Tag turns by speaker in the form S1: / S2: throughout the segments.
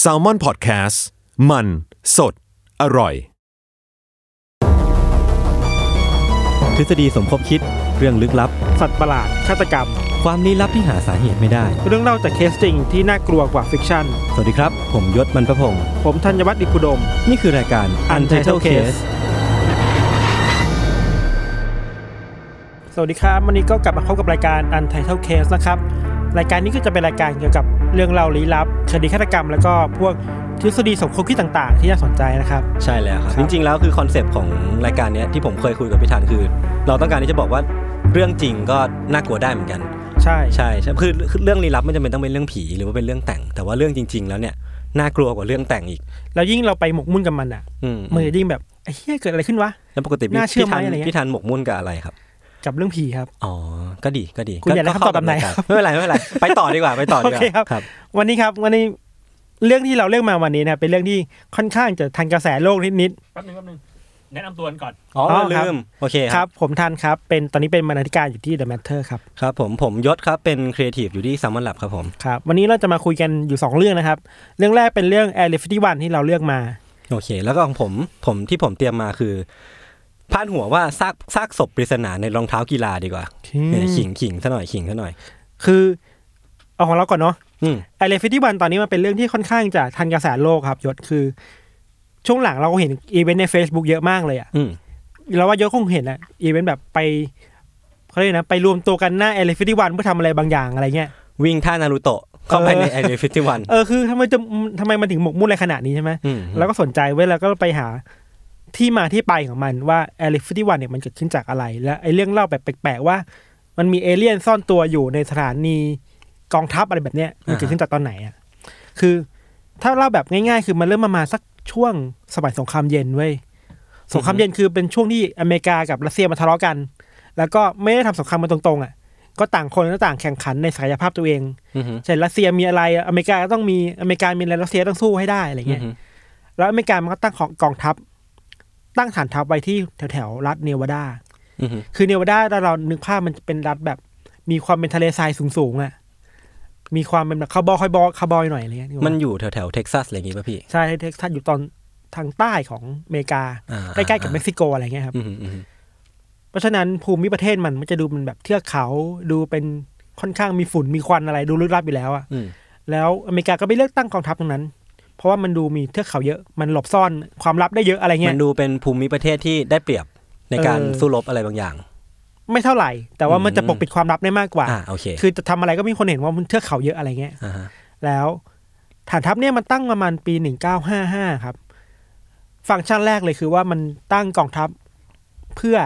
S1: แซลมอนพอดแคสต์มันสดอร่อย
S2: ทฤษฎีสมคบคิดเรื่องลึกลับ
S3: สัตว์ประหลาด ฆาตกรรม
S2: ความลี้ลับที่หาสาเหตุไม่ได้
S3: เรื่องเล่าจากเคสจริงที่น่ากลัวกว่าฟิกชั่น
S2: สวัสดีครับ ผมยศมันประพงศ์
S3: ผมธัญวัฒน์อิพุดม
S2: นี่คือรายการ Untitled Case
S3: สวัสดีครับ วันนี้ก็กลับมาพบกับรายการ Untitled Case นะครับ รายการนี้ก็จะเป็นรายการเกี่ยวกับเรื่องเล่าลี้ลับ คดีฆาตกรรม แล้วก็พวกทฤษฎีสมคบคิดต่างๆ ที่น่าสนใจนะครับ
S2: ใช่แล้วครับ
S3: ครั
S2: จ
S3: บ
S2: ริงๆ แล้วคือคอนเซปต์ของรายการเนี้ยที่ผมเคยคุยกับพี่ธันคือ เราต้องการที่จะบอกว่าเรื่องจริงก็น่ากลัวได้เหมือนกัน
S3: ใช่
S2: ใช่ใช่คือคือเรื่องลี้ลับไม่จำเป็นต้องเป็นเรื่องผีหรือว่าเป็นเรื่องแต่ง แต่ว่าเรื่องจริง ๆ แล้วเนี่ยน่ากลัวกว่าเรื่องแต่งอีก
S3: แล้วยิ่งเราไปหมกมุ่นกับมันอ่ะ
S2: อืม
S3: มันจะยิ่งแบบไอ้เฮียเกิดอะไรขึ้นวะ
S2: แล้วปกติพี่
S3: น่าเชื่อ
S2: พี่ธัน
S3: ไหมอะไรเงี้ย
S2: พี่ธันหมกมุ่นกับอะไรครับ
S3: กับเรื่องผีครับ
S2: อ๋อ ก็ดีก็ดี
S3: คุณอยากได้คำตอบแบบไหน
S2: ก็เข้ากัรายการไม่เป็นไรไม่เป็นไร ไปต่อดีกว่าไปต่อดีก
S3: โอเคครั
S2: ว่า
S3: บ วันนี้ครับวันนี้เรื่องที่เราเลือกมาวันนี้นะเป็นเรื่องที่ค่อนข้างจะทันกระแสโลกนิด
S4: แป๊บนึงแป๊บนึงแนะนำตัวกันก่อน
S2: อ๋อ
S3: อ๋อครับ
S2: ลืมโอเคค
S3: ๆครับ รับผมทันครับเป็นตอนนี้เป็นบรรณาธิการอยู่ที่ The Matter ครับ
S2: ครับผมผมยศครับเป็นครีเอทีฟอยู่ที่ซัมมอนแลบครับผม
S3: ครับวันนี้เราจะมาคุยกันอยู่ 2 เรื่องนะครับ เรื่องแรกเป็นเรื่อง Air 51ที่เราเลือกมา
S2: โอเค แล้วก็ของผมผมที่ผมเตรียมมาคือพาดหัวว่าซากซากศพปริศนาในรองเท้ากีฬาดีกว่าเนี่ยขิงขิงซะหน่อยขิงซะหน่อย
S3: คือเอาของเราก่อนเนาะ
S2: อืม
S3: Air 51ตอนนี้มันเป็นเรื่องที่ค่อนข้างจะทันกระแสโลกครับยศคือ ช่วงหลังเราก็เห็นอีเวนต์ใน Facebook เยอะมากเลยอะ
S2: อืม
S3: เราว่ายศคงเห็นอะอีเวนต์แบบไปเขาเรียกนะไปรวมตัวกันหน้า Air 51เพื่อทำอะไรบางอย่างอะไรเงี้ย
S2: วิ่งท่านารูโตะเข้าไป
S3: เออ
S2: ในไอเดฟิตวัน
S3: เออคือทำไมจะทำไมมันถึงหมกมุ่นอะไรขนาดนี้ใช่ไหม แล้วก็สนใจเว้ยแล้วก็ไปหาที่มาที่ไปของมันว่าแอลิฟที่วันเนี่ยมันเกิดขึ้นจากอะไร และไอ้เรื่องเล่าแบบแปลกๆว่า มันมีเอเลี่ยนซ่อนตัวอยู่ในสถานีกองทัพอะไรแบบเนี้ยมันเกิดขึ้นจากตอนไหนอ่ะคือถ้าเล่าแบบง่ายๆ คือมันเริ่มประมาณสักช่วงสมัยสงครามเย็นเว้ยสงครามเย็นคือเป็นช่วงที่อเมริกากับรัสเซียมาทะเลาะกัน แล้วก็ไม่ได้ทำสงครามมาตรงๆอ่ะก็ต่างคนก็ต่างแข่งขันในศักยภาพตัวเองเช่นรัสเซียมีอะไรอเมริกาก็ต้องมีอเมริกามีอะไรรัสเซียต้องสู้ให้ได้อะไรเงี้ย แล้วอเมริกามันก็ตั้งของกองทัพ ตั้งฐานทัพไว้ที่แถวแถวๆรัฐเนวาดา คือเนวาดาถ้าเรานึกภาพมันเป็นรัฐแบบ มีความเป็นทะเลทรายสูงๆอะ่ะ มีความเป็นแบบคาร์บอยคาร์บอยคาร์บอยหน่อยอะไรเงี้ย
S2: มันอยู่แถวแถวเท็กซัสอะไรอย่างงี้ป่ะพี่
S3: ใช่เท็กซัสอยู่ตอนทางใต้ของอเมริกา
S2: อ่า
S3: ใกล้ๆกับเม็กซิโกอะไรเงี้ยครับ
S2: อืมอืมอืม
S3: เพราะฉะนั้นภูมิประเทศมันมันจะดูเป็นแบบเทือกเขา ดูเป็นค่อนข้างมีฝุ่นมีควันอะไรดูลึกลับอยู่แล้วอ่ะ
S2: อืม
S3: แล้วอเมริกาก็ไปเลือกตั้งกองทัพตรงนั้น เพราะว่ามันดูมีเทือกเขาเยอะ มันหลบซ่อนความลับได้เยอะอะไร
S2: มั
S3: เงี้ย
S2: นดูเป็นภูมิประเทศที่ได้เปรียบในการ
S3: เออ
S2: สู้รบอะไรบางอย่าง
S3: ไม่เท่าไหร่ แต่ว่ามันจะ
S2: อืม
S3: ปกปิดความลับได้มากกว่า
S2: อ่าโอเค
S3: คือจะทำอะไรก็ไมมีคนเห็นว่ามันเทือกเขาเยอะอะไรเงี้ย
S2: อ่าฮะ
S3: แล้วฐานทัพเนี่ยมันตั้งประมาณปี 1955 ครับ ฟังก์ชันแรกเลยคือว่ามันตั้งกองทัพเพื่อ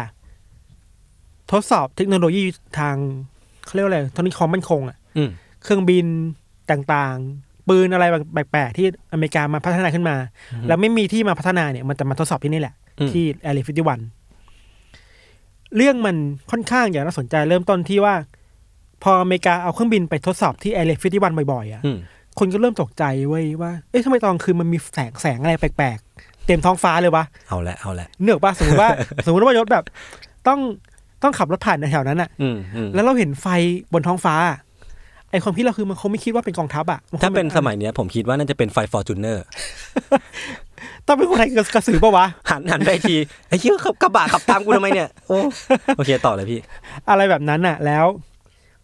S3: ทดสอบเทคโนโลยีทางเขาเรียกว่าอะไรทางนี้ความมั่นคงอะ
S2: อืม
S3: เครื่องบินต่างๆ ปืนอะไรแปลกๆที่อเมริกามาพัฒนาขึ้นมา แล้วไม่มีที่มาพัฒนาเนี่ยมันจะมาทดสอบที่นี่แหละ
S2: อืม
S3: ที่แอลิฟิติวัน เรื่องมันค่อนข้างอย่างน่าสนใจเริ่มต้นที่ว่า พออเมริกาเอาเครื่องบินไปทดสอบที่แอลิฟิติวันบ่อยๆอะ
S2: อืม
S3: คนก็เริ่มตกใจเว้ยว่า เอ๊ะทำไมตอนกลางคืนมันมีแสงแสงอะไรแปลกๆ เต็มท้องฟ้าเลยวะ
S2: เอาละเอาละ
S3: เนือกปะสมมติว่า สมมติว่ายศแบบ ต้องต้องขับรถผ่านแถวๆนั้นอะ
S2: อืมอืม
S3: แล้วเราเห็นไฟบนท้องฟ้าอะไอความคิดเราคือมันคงไม่คิดว่าเป็นกองทัพอะมัคง
S2: ถ้าเป็นสมัยเนี้ยผมคิดว่าน่าจะเป็นไฟฟอร์จูเนอร์
S3: ต้องเป็นคนไทยกระสือปะวะ
S2: หันหันไปอีกที ไอ้เหี้ยขับกระบะขับตามกูทำไมเนี่ยโอ้โอเคต่อเลยพี่
S3: อะไรแบบนั้นน่ะ แล้ว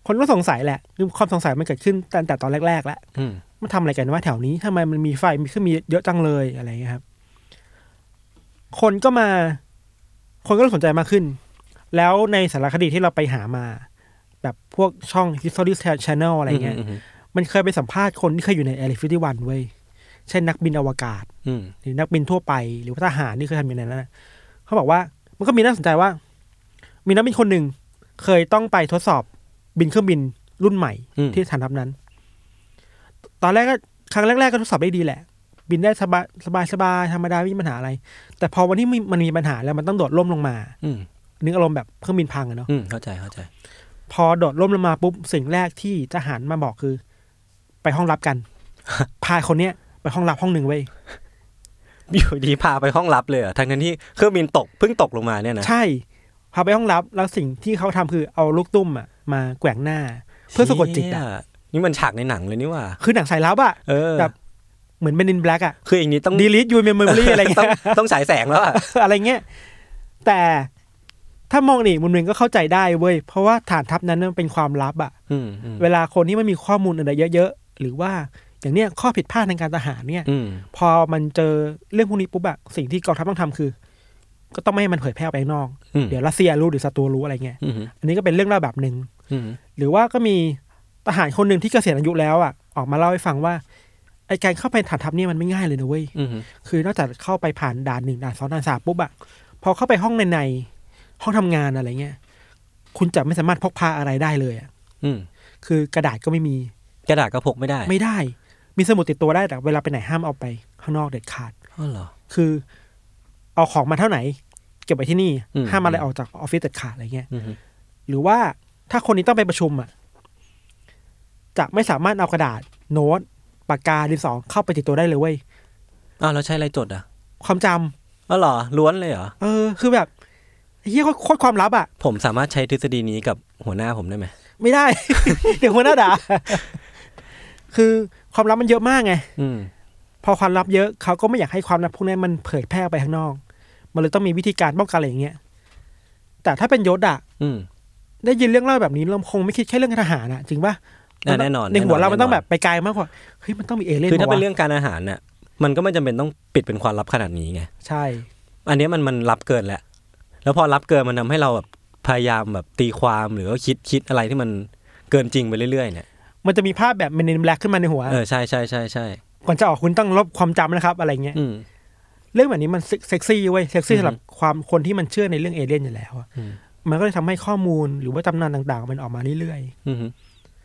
S3: คนก็สงสัยแหละคือความสงสัยมันเกิดขึ้นตั้งแต่ตอนแรกๆแล้ว
S2: อืม
S3: มันทำอะไรกันว่าแถวนี้ทำไมมันมีไฟมีเครื่องมีเยอะจังเลยอะไรอย่างเงี้ยครับ คนก็มา คนก็เริ่มสนใจมากขึ้น แล้วในสารคดีที่เราไปหามา แบบพวกช่อง History Channel อะไรเงี้ย
S2: ม
S3: มันเคยไปสัมภาษณ์คนที่เคยอยู่ใน Air 51เว้ยเช่นนักบินอวกาศ
S2: อืม
S3: หรือนักบินทั่วไปหรือว่าทหารที่เคยทำอย่างนั้นนะเขาบอกว่ามันก็มีน่าสนใจว่า มีนักบินคนหนึ่งเคยต้องไปทดสอบบินเครื่องบินรุ่นใหม่
S2: อืม
S3: ที่ฐานทัพนั้น ตอนแรกก็ครั้งแรก ๆ ก็ทดสอบได้ดีแหละ บินได้สบายสบายสบายธรรมดาไม่มีปัญหาอะไร แต่พอวันที่มีมันมีปัญหาแล้วมันต้องโดดล่มลงมา
S2: อืม
S3: นึกอารมณ์แบบเครื่องบินพังอะเนาะ
S2: อืมเข้าใจเข้าใจ
S3: พอโดดล่มลงมาปุ๊บสิ่งแรกที่ทหารมาบอกคือ ไปห้องลับกัน พาคนเนี้ยไปห้องลับห้องหนึ่งไว้ย
S2: อยู่ดีพาไปห้องลับเลยเหรอะทั้งนั้นที่เครื่องบินตกเพิ่งตกลงมาเนี่ยนะ
S3: ใช่ พาไปห้องลับแล้วสิ่งที่เขาทำคือเอาลูกตุ้มอ่ะมาแกว่งหน้า เพื่อสะกดจิต
S2: เหี้
S3: อ่ะ
S2: ย นี่มันฉากในหนังเลยนี่หว่า
S3: คือหนังสายลับอะ
S2: เออ
S3: แบบ เหมือนเป็นดินแบล็กอะ
S2: คืออย่างนี้ต้อง
S3: ดีลิทยูเมมโม รี่อะไร
S2: ต้อ
S3: เงี้
S2: ง
S3: ย
S2: ต้องฉายแสงแล้วอะ
S3: อะไรเงี้ยแต่ถ้ามองอีกมุมหนึ่งก็เข้าใจได้เว้ย เพราะว่าฐานทัพนั้นมันเป็นความลับอะ
S2: อืมอืม
S3: เวลาคนที่ไม่มีข้อมูลอะไรเยอะๆ หรือว่าอย่างเนี้ยข้อผิดพลาดทางการทหารเนี่ย
S2: อืม
S3: พอมันเจอเรื่องพวกนี้ปุ๊บอะสิ่งที่กองทัพต้องทำคือ ก็ต้องไม่ให้มันเผยแพร่ออกไปข้างนอก
S2: อืม
S3: เดี๋ยวรัสเซียรู้หรือศัตรูรู้อะไรเงี้ย
S2: อืม
S3: อันนี้ก็เป็นเรื่องเล่าแบบหนึ่ง
S2: อืม
S3: หรือว่าก็มีทหารคนหนึ่งที่เกษียณอายุแล้วอ่ะออกมาเล่าให้ฟังว่าไอการเข้าไปฐานทัพเนี่ยมันไม่ง่ายเลยนะเว้ย
S2: อืม
S3: คือนอกจากเข้าไปผ่านด่านหนึ่งด่านสองด่านสามปุ๊บอะพอเข้าไปห้องในในๆห้องทำงานอะไรเงี้ยคุณจะไม่สามารถพกพาอะไรได้เลยอะ
S2: อืม
S3: คือกระดาษก็ไม่มี
S2: กระดาษก็พกไม่ได้
S3: ไม่ได้ มีสมุดติดตัวได้แต่เวลาไปไหนห้ามเอาไปข้างนอกเด็ดขาด
S2: อ๋อเหรอ
S3: คือ เอาของมาเท่าไหน เก็บไว้ที่นี่
S2: อืม
S3: ห้ามอะไรออกจากออฟฟิศเด็ดขาดอะไรเงี้ย
S2: อืม
S3: หรือว่าถ้าคนนี้ต้องไปประชุมอ่ะจะไม่สามารถเอากระดาษโน้ตปากกาดินสอเข้าไปติดตัวได้เลยเว้ย
S2: อ้าวแล้วใช้อะไรจดอ่ะ
S3: ความจำ
S2: อ๋อเหรอล้วนเลยเหรอ
S3: เออ คือแบบเฮียโคตรความลับอ่ะ
S2: ผมสามารถใช้ทฤษฎีนี้กับหัวหน้าผมได้ไหม
S3: ไม่ได้ เดี๋ยวหัวหน้าด่าคือความลับมันเยอะมากไง
S2: อืม
S3: พอความลับเยอะเขาก็ไม่อยากให้ความลับพวกนี้มันเผยแพร่ไปข้างนอก มันเลยต้องมีวิธีการป้องกันอะไรอย่างเงี้ยแต่ถ้าเป็นยศอ่ะ
S2: อืม
S3: ได้ยินเรื่องเล่าแบบนี้เราคงไม่คิดแค่เรื่องทหารอ่ะ จริงป่ะ
S2: อ่ะแน่นอน
S3: ในหัวเรามันต้อง
S2: แน่นอน
S3: แบบไปไกลมากกว่าเฮ้ยมันต้องมีเอเลี่ยน
S2: คือถ้าเป็น
S3: ปะวะ
S2: เรื่องการอาหารเนี่ยมันก็ไม่จำเป็นต้องปิดเป็นความลับขนาดนี้ไง
S3: ใช่
S2: อันเนี้ยมันมันรับเกินแล้ว แล้วพอรับเกินมันทำให้เราแบบพยายามแบบตีความหรือว่าคิดคิดอะไรที่มันเกินจริงไปเรื่อยๆเนี่ย
S3: มันจะมีภาพแบบเมนินแบล็กขึ้นมาในหัว
S2: เออใช่ใช่ใช่ใช่
S3: ก่อนจะออกคุณต้องลบความจำนะครับอะไรเงี้ย
S2: อืม
S3: เรื่องแบบนี้มันเซ็กเซ็กซี่เว้ย เซ็กซี่
S2: อือฮึ
S3: สำหรับความคนที่มันเชื่อในเรื่องเอเลี่ยนอยู่แล้วอะ
S2: อืม
S3: มันก็เลยทำให้ข้อมูลหรือว่าตำนานต่างๆ มันออกมาเรื่อย
S2: อืม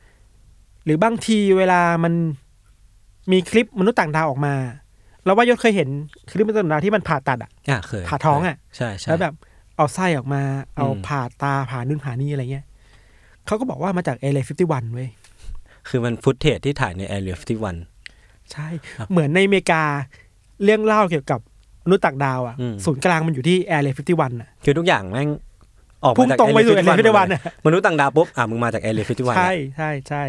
S3: ๆ หรือบางทีเวลามันมีคลิปมนุษย์ต่างดาวออกมา เราว่ายศเคยเห็นคลิปมนุษย์ต่างดาวที่มันผ่าตัดอะ
S2: อ่ะเคย
S3: ผ่าท้องอะ
S2: ใช่ใช่
S3: แล้วแบบเอาไส้ออกมา เอา
S2: อืม
S3: ผ่าตาผ่านู่นผ่านี่อะไรเงี้ยเขาก็บอกว่ามาจากเอเลฟิฟตี้วันเว้ย
S2: คือมันฟุตเทจที่ถ่ายในแอเรียฟที่วัน
S3: ใช่
S2: ครับ
S3: เหมือนในอเมริกาเรื่องเล่าเกี่ยวกับมนุษย์ต่างดาวอ่ะ
S2: อืม
S3: ศูนย์กลางมันอยู่ที่แอร์เรฟิตี้วันอ่ะ
S2: คือทุกอย่างแม่งออก
S3: พุ่ง
S2: มาจาก
S3: ตรงไป
S2: Area
S3: สู่แอร์เรฟิตี้วัน
S2: หมดเลย
S3: อ่ะ
S2: มนุษย์ต่างดาวปุ๊บอ่ะมึงมาจากแอเรียฟที่วัน
S3: ใช่ใช่ใช่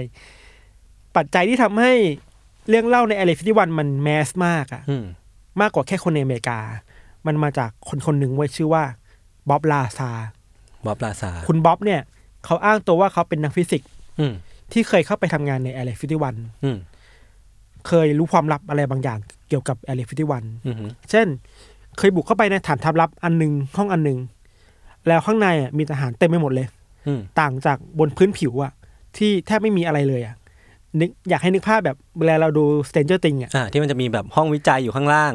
S3: ปัจจัยที่ทำให้เรื่องเล่าในแอร์เรฟิตี้วันมันแมสมากอ่ะ
S2: อืม
S3: มากกว่าแค่คนในอเมริกา มันมาจากคนคนหนึ่งไว้ยชื่อว่าบ๊อบลาซา
S2: บ๊อบลาซา
S3: คุณบ๊อบเนี่ยเขาอ้างตัวว่าเขาเป็นนักฟิสิกส์
S2: อืม
S3: ที่เคยเข้าไปทำงานในแอร์เรฟิตี้วัน
S2: อืม
S3: เคยรู้ความลับอะไรบางอย่างเกี่ยวกับแอร์เรฟิตี้วัน
S2: อืม
S3: เช่น เคยบุกเข้าไปในฐานทัพลับอันหนึ่งห้องอันหนึ่งแล้วข้างในอ่ะมีทหารเต็มไปหมดเลย
S2: อืม
S3: ต่างจากบนพื้นผิวอ่ะ ที่แทบไม่มีอะไรเลยอ่ะนึกอยากให้นึกภาพแบบเวลาเราดู Stranger Things อ่ะ
S2: อ่าที่มันจะมีแบบห้องวิจัยอยู่ข้างล่าง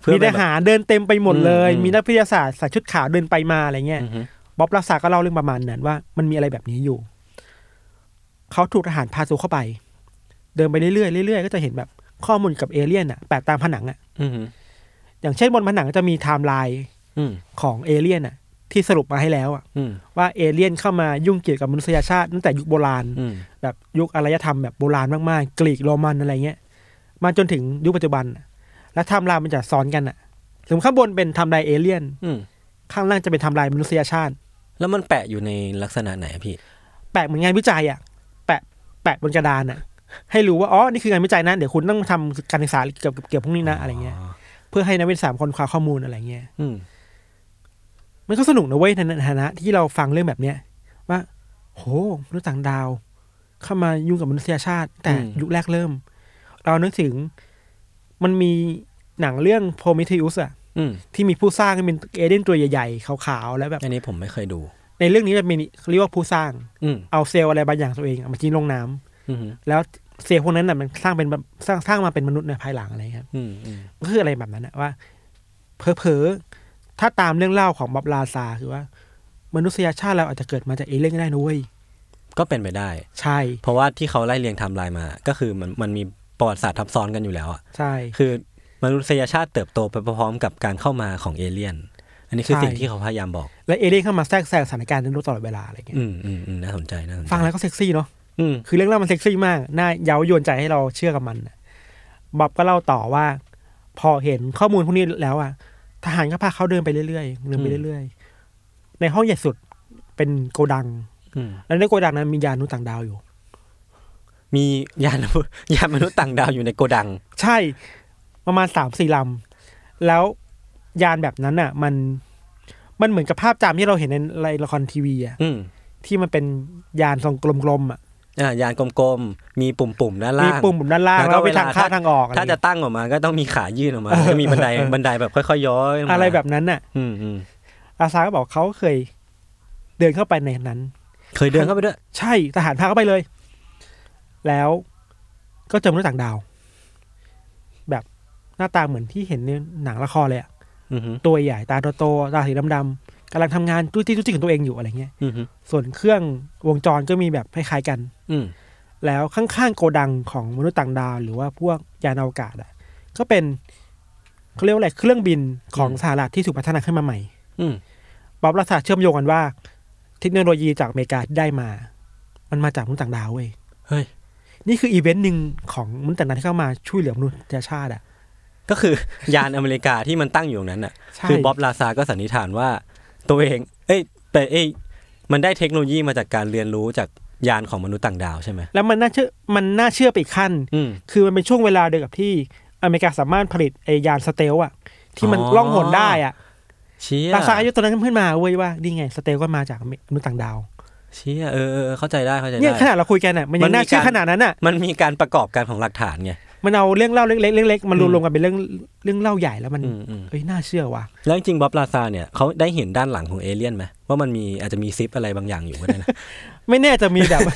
S2: เพื่อ
S3: มี
S2: ไป
S3: ท
S2: แบบ
S3: หารเดินเต็มไปหมดเลย
S2: อืม
S3: มีนักวิทยาศาสตร์ใส่ชุดขาวเดินไปมาอะไรเงี้ย
S2: อือฮึ
S3: บ๊อบรักษาก็เล่าเรื่องประมาณนั้นว่ามันมีอะไรแบบนี้อยู่ เขาถูกทหารพาตัวเข้าไป เดินไปเรื่อยๆเรื่อยๆก็จะเห็นแบบข้อมูลกับเอเลี่ยนอ่ะแปะตามผนังอ่ะ
S2: อืมอืม
S3: อย่างเช่นบนผนังจะมีไทม์ไลน์
S2: อืม
S3: ของเอเลี่ยนอ่ะ ที่สรุปมาให้แล้วอ่ะ
S2: อืม
S3: ว่าเอเลี่ยนเข้ามายุ่งเกี่ยวกับมนุษยชาติตั้งแต่ยุคโบราณ
S2: อืม
S3: แบบยุคอารยธรรมแบบโบราณมากๆ กรีกโรมันอะไรเงี้ยมาจนถึงยุคปัจจุบันน่ะแล้วไทำลายมันจะซ้อนกันอ่ะสมมติข้างบนเป็นไทำลายเอเลี่ยน
S2: อืม
S3: ข้างล่างจะเป็นไทำลายมนุษยชาติ
S2: แล้วมันแปะอยู่ในลักษณะไหนอะพี่
S3: แปะเหมือนงานวิจัยอ่ะแปะแปะบนกระดานอ่ะ ให้รู้ว่าอ๋อนี่คืองานวิจัยนะเดี๋ยวคุณต้องทำการศึกษาเกี่ยวกับเกี่ยวกับพวกนี้นะอะไรเงี้ยเพื่อให้นักวิทยาศาสตร์คนคว้าข้อมูลอะไรเงี้ย
S2: อืม
S3: มันก็สนุกนะเว้ยในฐานะที่เราฟังเรื่องแบบเนี้ยว่า โหมนุษย์ต่างดาว เข้ามายุ่งกับมนุษยชาติ แต่ยุคแรกเริ่ม เรานึกถึงมันมีหนังเรื่องโพมิเท e อุสอะ
S2: อืม
S3: ที่มีผู้สร้างเป็นเอเดนตัวใหญ่ๆ ขาวๆ แล้วแบบ
S2: อันนี้ผมไม่เคยดู
S3: ในเรื่องนี้จะมีเรียกว่าผู้สร้าง
S2: อืม
S3: เอาเซลล์อะไรบางอย่างตัวเองอะมาทิ้งลงน้ำ
S2: อืม
S3: แล้วเซลล์พวกนั้นน่ะมันสร้างเป็นแบบสร้างสร้างมาเป็นมนุษย์ในภายหลังอะไรครับ
S2: อืมอืม
S3: ก็คืออะไรแบบนั้นนะว่าเผลอๆถ้าตามเรื่องเล่าของบ๊อบลาซาคือว่า มนุษยชาติเราอาจจะเกิดมาจากเอเลี่ยนก็ได้นะเว้ย
S2: ก็เป็นไปได้
S3: ใช่
S2: เพราะว่าที่เขาไล่เรียงไทำลายมา ก็คือมันมันมีประวัติศาสตร์ทับซ้อนกันอยู่แล้วอ่ะ
S3: ใช่
S2: คือมนุษยชาติเติบโตไปพร้อมๆกับการเข้ามาของเอเลี่ยน อันนี้คือ
S3: ใช่
S2: สิ่งที่เขาพยายามบอก
S3: และเอเลี่ยนเข้ามาแทรกแซงสถานการณ์ในโลกตลอดเวลาอะไรเงี้ย
S2: อืมอืมอืมน่าสนใจน่าสนใจ
S3: ฟังแล้วก็เซ็กซี่เนาะ
S2: อืม
S3: คือเรื่องเล่ามันเซ็กซี่มากน่าเย้ายวนใจให้เราเชื่อกับมันน่ะบ๊อบก็เล่าต่อว่า พอเห็นข้อมูลพวกนี้แล้วอ่ะทหารก็พาเขาเดินไปเรื่อยๆเดินไปเรื่อยๆในห้องใหญ่สุดเป็นโกดัง
S2: อืม
S3: แล้วในโกดังนั้นมียานุษย์ต่างดาวอยู่
S2: มี ยานยานมนุษย์ต่างดาวอยู่ในโกดัง
S3: ใช่ประมาณสามสี่ลำ แล้วยานแบบนั้นอ่ะ มันมันเหมือนกับภาพจำที่เราเห็นในในละครทีวีอ่ะ
S2: อืม
S3: ที่มันเป็นยานทรงกลมๆอ่ะ
S2: อ่ายานกลมๆ มีปุ่มๆด้าน
S3: มี
S2: ล่าง
S3: ปุ่มปุ่มด้านล่าง
S2: แล้วก็
S3: แล้วก็มี
S2: เวลา
S3: ทางเข้า
S2: ถ้า
S3: ทางออก
S2: ถ้าจะตั้งออกมาก็ต้องมีขายื่นออกมาแล้วมีบันไดบันไดแบบค่อยๆย้อยลงมา
S3: อะไรแบบนั้นน่ะ
S2: อืมอืม
S3: อาซาก็บอกเขาเคยเดินเข้าไปในนั้น
S2: เคยเดินเข้าไปด้วย
S3: ใช่ทหารพาเข้าไปเลย แล้วก็เจอมนุษย์ต่างดาว แบบหน้าตาเหมือนที่เห็นในหนังละครเลยอะ
S2: อือหือ
S3: ตัวใหญ่ตาโตๆตาสีดำๆกำลังทำงานจุ้ยจี้จุ้ยจี้ของตัวเองอยู่อะไรเงี้ย
S2: อือหือ
S3: ส่วนเครื่องวงจรก็มีแบบคล้ายๆกัน
S2: อืม
S3: แล้วข้างๆโกดังของมนุษย์ต่างดาว หรือว่าพวกยานอวกาศอ่ะ ก็เป็นเขาเรียกว่าอะไรเครื่องบินของสหรัฐที่ถูกพัฒนาขึ้นมาใหม่
S2: อืม
S3: บอบรักษาเชื่อมโยงกันว่า เทคโนโลยีจากอเมริกาที่ได้มา มันมาจากมนุษย์ต่างดาวเว้ย
S2: เฮ้ย
S3: นี่คืออีเวนต์หนึ่งของมนุษย์ต่างดาวที่เข้ามาช่วยเหลือมนุษยชาติอ่ะ
S2: ก็คือย านอเมริกาที่มันตั้งอยู่ตรงนั้นน่ะ
S3: ใช่
S2: คือบ๊อบลาซาก็สันนิษฐานว่า ตัวเอง เอ้ยแต่เอ้ยมันได้เทคโนโลยีมาจากการเรียนรู้จากยานของมนุษย์ต่างดาวใช่ไหม
S3: แล้วมันน่าเชื่อ มันน่าเชื่อไปอีกขั้น
S2: อืม
S3: คือมันเป็นช่วงเวลาเดียวกับที่อเมริกาสามารถผลิตไอยานสเตลอะที่มัน
S2: อ๋อ
S3: ล่องหนได้อ่ะ
S2: เชี่ย
S3: ลาซาอายุตัวนั้นขึ้นมาเว้ยว่านี่ไงสเตลก็มาจากมนุษย์ต่างดาว
S2: เชี่ยเออเออเออเข้าใจได้เข้าใจ
S3: เนี่ย
S2: ได้
S3: ขนาดเราคุยกันอ่ะมันยั
S2: มันมี
S3: งน่าเชื่อ
S2: การ
S3: ขนาดนั้นอ่ะ
S2: มันมีการประกอบการของหลักฐานไง
S3: มันเอาเรื่องเล่าเล็กๆเล็กๆมัน
S2: อืม
S3: รวมๆกันเป็นเรื่องเรื่องเล่าใหญ่แล้วมัน
S2: อืมอืม
S3: เอ้ยน่าเชื่อว่ะ
S2: แล้วจริงๆบ๊อบลาซาเนี่ยเขาได้เห็นด้านหลังของเอเลี่ยนไหมว่ามันมีอาจจะมีซิปอะไรบางอย่างอยู่ก็ได้นะ
S3: ไม่แน่จะมีแบบ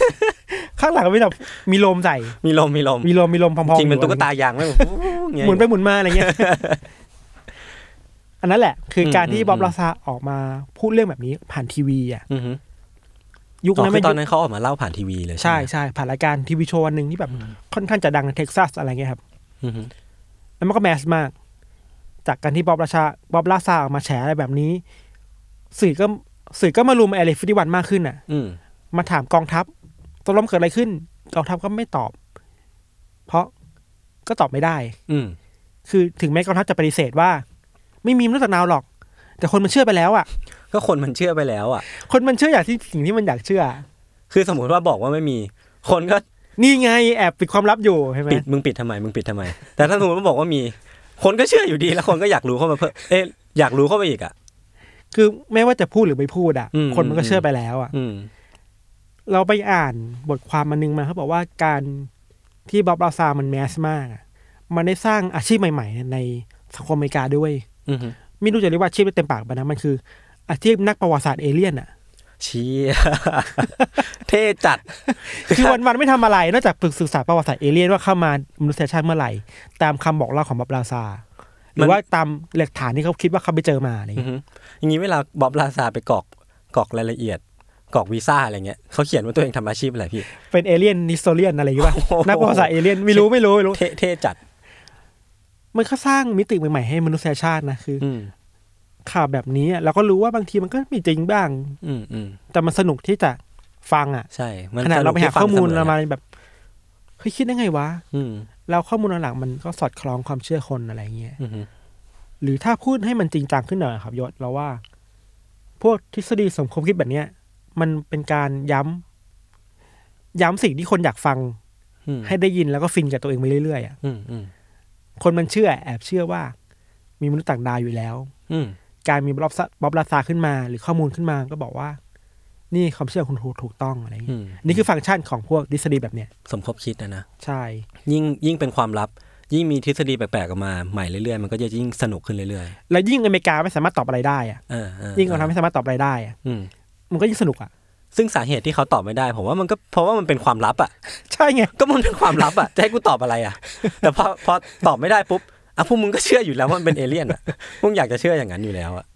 S3: ข้างหลังมีแบบมีลมใส่
S2: มีลมมีลม
S3: มีลมมีลมพองๆ
S2: จริงเป็น
S3: อยู่
S2: ตุ๊ก
S3: อะไร
S2: ตายางไหมแบบปุ๊บปุ๊บ
S3: เงี้
S2: เงี้
S3: ย
S2: ย
S3: หมุนไปหมุนมาอะไร เงี้ย อันนั้นแหละ คืออ
S2: ม
S3: การที่
S2: อืม
S3: บ๊อบ
S2: อืม
S3: ลาซาออกมาพูดเรื่องแบบนี้ผ่านทีวีอ่ะ
S2: อือหือ
S3: ยุค
S2: อ๋อ
S3: นั้น
S2: คื
S3: ไม่
S2: อตอนนั้นเขาออกมาเล่าผ่านทีวีเลยใช่
S3: ใช่
S2: ไหม
S3: ใช่ผ่านรายการทีวีโชว์วันหนึ่งที่แบบค่อนข้างจะดังในเท็กซัสอะไรเงี้ยครับ
S2: อือหือ
S3: แล้วมันก็แมสมาก จากการที่บ๊อบราชาบ๊อบลาซาออกมาแฉอะไรแบบนี้ สื่อก็สื่อก็มารุมเอลิฟฟิวันมากขึ้นอ่ะ
S2: อืม
S3: มาถามกองทัพตกลงเกิดอะไรขึ้น กองทัพก็ไม่ตอบ เพราะก็ตอบไม่ได้
S2: อืม
S3: คือถึงแม้กองทัพจะปฏิเสธว่า ไม่มีมนุษย์ต่างดาวหรอก แต่คนมันเชื่อไปแล้วอ่ะ
S2: ก็คนมันเชื่อไปแล้วอ่ะ
S3: คนมันเชื่ออย่างที่สิ่งที่มันอยากเชื่อ
S2: คือสมมติว่าบอกว่าไม่มี คนก็
S3: นี่ไงแอบปิดความลับอยู่ใช่ไหม
S2: ปิดมึงปิดทำไมมึงปิดทำไม แต่ถ้าสมมติว่าบอกว่ามี คนก็เชื่ออยู่ดีแล้วคนก็อยากรู้เข้ามาเพิ่มเอ๊ะอยากรู้เข้าไปอีกอ่ะ
S3: คือไม่ว่าจะพูดหรือไม่พูดอ่ะ
S2: อืม
S3: คนมันก็เชื่อไปแล้วอ่ะ
S2: อืม
S3: เราไปอ่านบทความมันนึงมาเขาบอกว่าการที่บ๊อบลาซามันแมสมากอะมันได้สร้างอาชีพใหม่ ๆ ในสังคมอเมริกาด้วย
S2: อือหือ
S3: ไม่รู้จะเรียกว่าอาชีพได้เต็มปากปะนะมันคือ อาชีพนักประวัติศาสตร์เอเลี่ยนอ่ะ
S2: เชี่ย เท่จัด
S3: คือวันวันๆไม่ทำอะไร นอกจากฝึกศึกษาประวัติศาสตร์เอเลี่ยนว่าเข้ามามนุษยชาติเมื่อไหร่ ตามคำบอกเล่าของบ๊อบลาซาห
S2: มั
S3: รือน ว่าตามหลักฐานที่เขาคิดว่าเขาไปเจอมาอะไร
S2: อือ
S3: เงี้ย
S2: หืออย่างนี้เวลาบ๊อบลาซาไปกรอกกรอกรายละเอียดกรอกวีซ่าอะไรเงี้ยเขาเขียนว่าตัวเองทำอาชีพอะไรพี่
S3: เป็นเอเลี่ยนนิสโซเลียนอะไรอย่างเงี้ยป่ะ
S2: โอ้โห
S3: นักประวัติศาสตร์เอเลี่ยนไม่รู้ไม่รู้ไม่รู้
S2: เท่เท่จัด
S3: มันก็สร้างมิติใหม่ๆให้มนุษยชาตินะคือ
S2: อืม
S3: ข่าวแบบนี้อะเราก็รู้ว่าบางทีมันก็มีจริงบ้าง
S2: อืมอืม
S3: แต่มันสนุกที่จะฟังอ่ะ
S2: ใช่มัน
S3: ขนาดเราไป
S2: สนุ
S3: หา
S2: กที่ฟัง
S3: ข้อมูล
S2: เส
S3: เรา
S2: นะ
S3: มาแบบเฮ้ยคิดได้ไงวะ
S2: อืม
S3: แล้วข้อมูลหลังๆมันก็สอดคล้องความเชื่อคนอะไรเงี้ย
S2: อือหือ
S3: หรือถ้าพูดให้มันจริงจังขึ้นหน่อยครับยศเราว่า พวกทฤษฎีสมคบคิดแบบเนี้ย มันเป็นการย้ำย้ำสิ่งที่คนอยากฟัง
S2: อืม
S3: ให้ได้ยินแล้วก็ฟินกับตัวเองไปเรื่อยๆอ่ะ
S2: อืมอืม
S3: คนมันเชื่อแอบเชื่อว่า มีมนุษย์ต่างดาวอยู่แล้ว
S2: อืม
S3: การมีบ๊อบซะบ๊อบลาซาขึ้นมา หรือข้อมูลขึ้นมาก็บอกว่า นี่ความเชื่อคุณถูกถูกต้องอะไรอย่าง
S2: อื
S3: เงี้ย
S2: ม
S3: นี่คือฟังก์ชันของพวกทฤษฎีแบบเนี้ย
S2: สมคบคิดนะนะ
S3: ใช่
S2: ยิ่งยิ่งเป็นความลับ ยิ่งมีทฤษฎีแปลกๆออกมาใหม่เรื่อยๆ มันก็จะยิ่งสนุกขึ้นเรื่อย
S3: แล้วยิ่งอเมริกาไม่สามารถตอบอะไรได้อ่ะ
S2: ๆเออๆ
S3: ยิ่งเราทำไม่สามารถตอบอะไรได้อ่ะ
S2: อืม
S3: มันก็ยิ่งสนุกอ่ะ
S2: ซึ่งสาเหตุที่เขาตอบไม่ได้ ผมว่ามันก็เพราะว่ามันเป็นความลับอ่ะ
S3: ใช่ไง
S2: ก็มันเป็นความลับอ่ะ จะให้กูตอบอะไรอ่ะ แต่พอพอตอบไม่ได้ปุ๊บอ่ะพวกมึงก็เชื่ออยู่แล้วว่ามันเป็นเอเลี่ยนอ่ะพวกมึงอยากจะเชื่ออย่างนั้นอยู่แล้วอ่ะ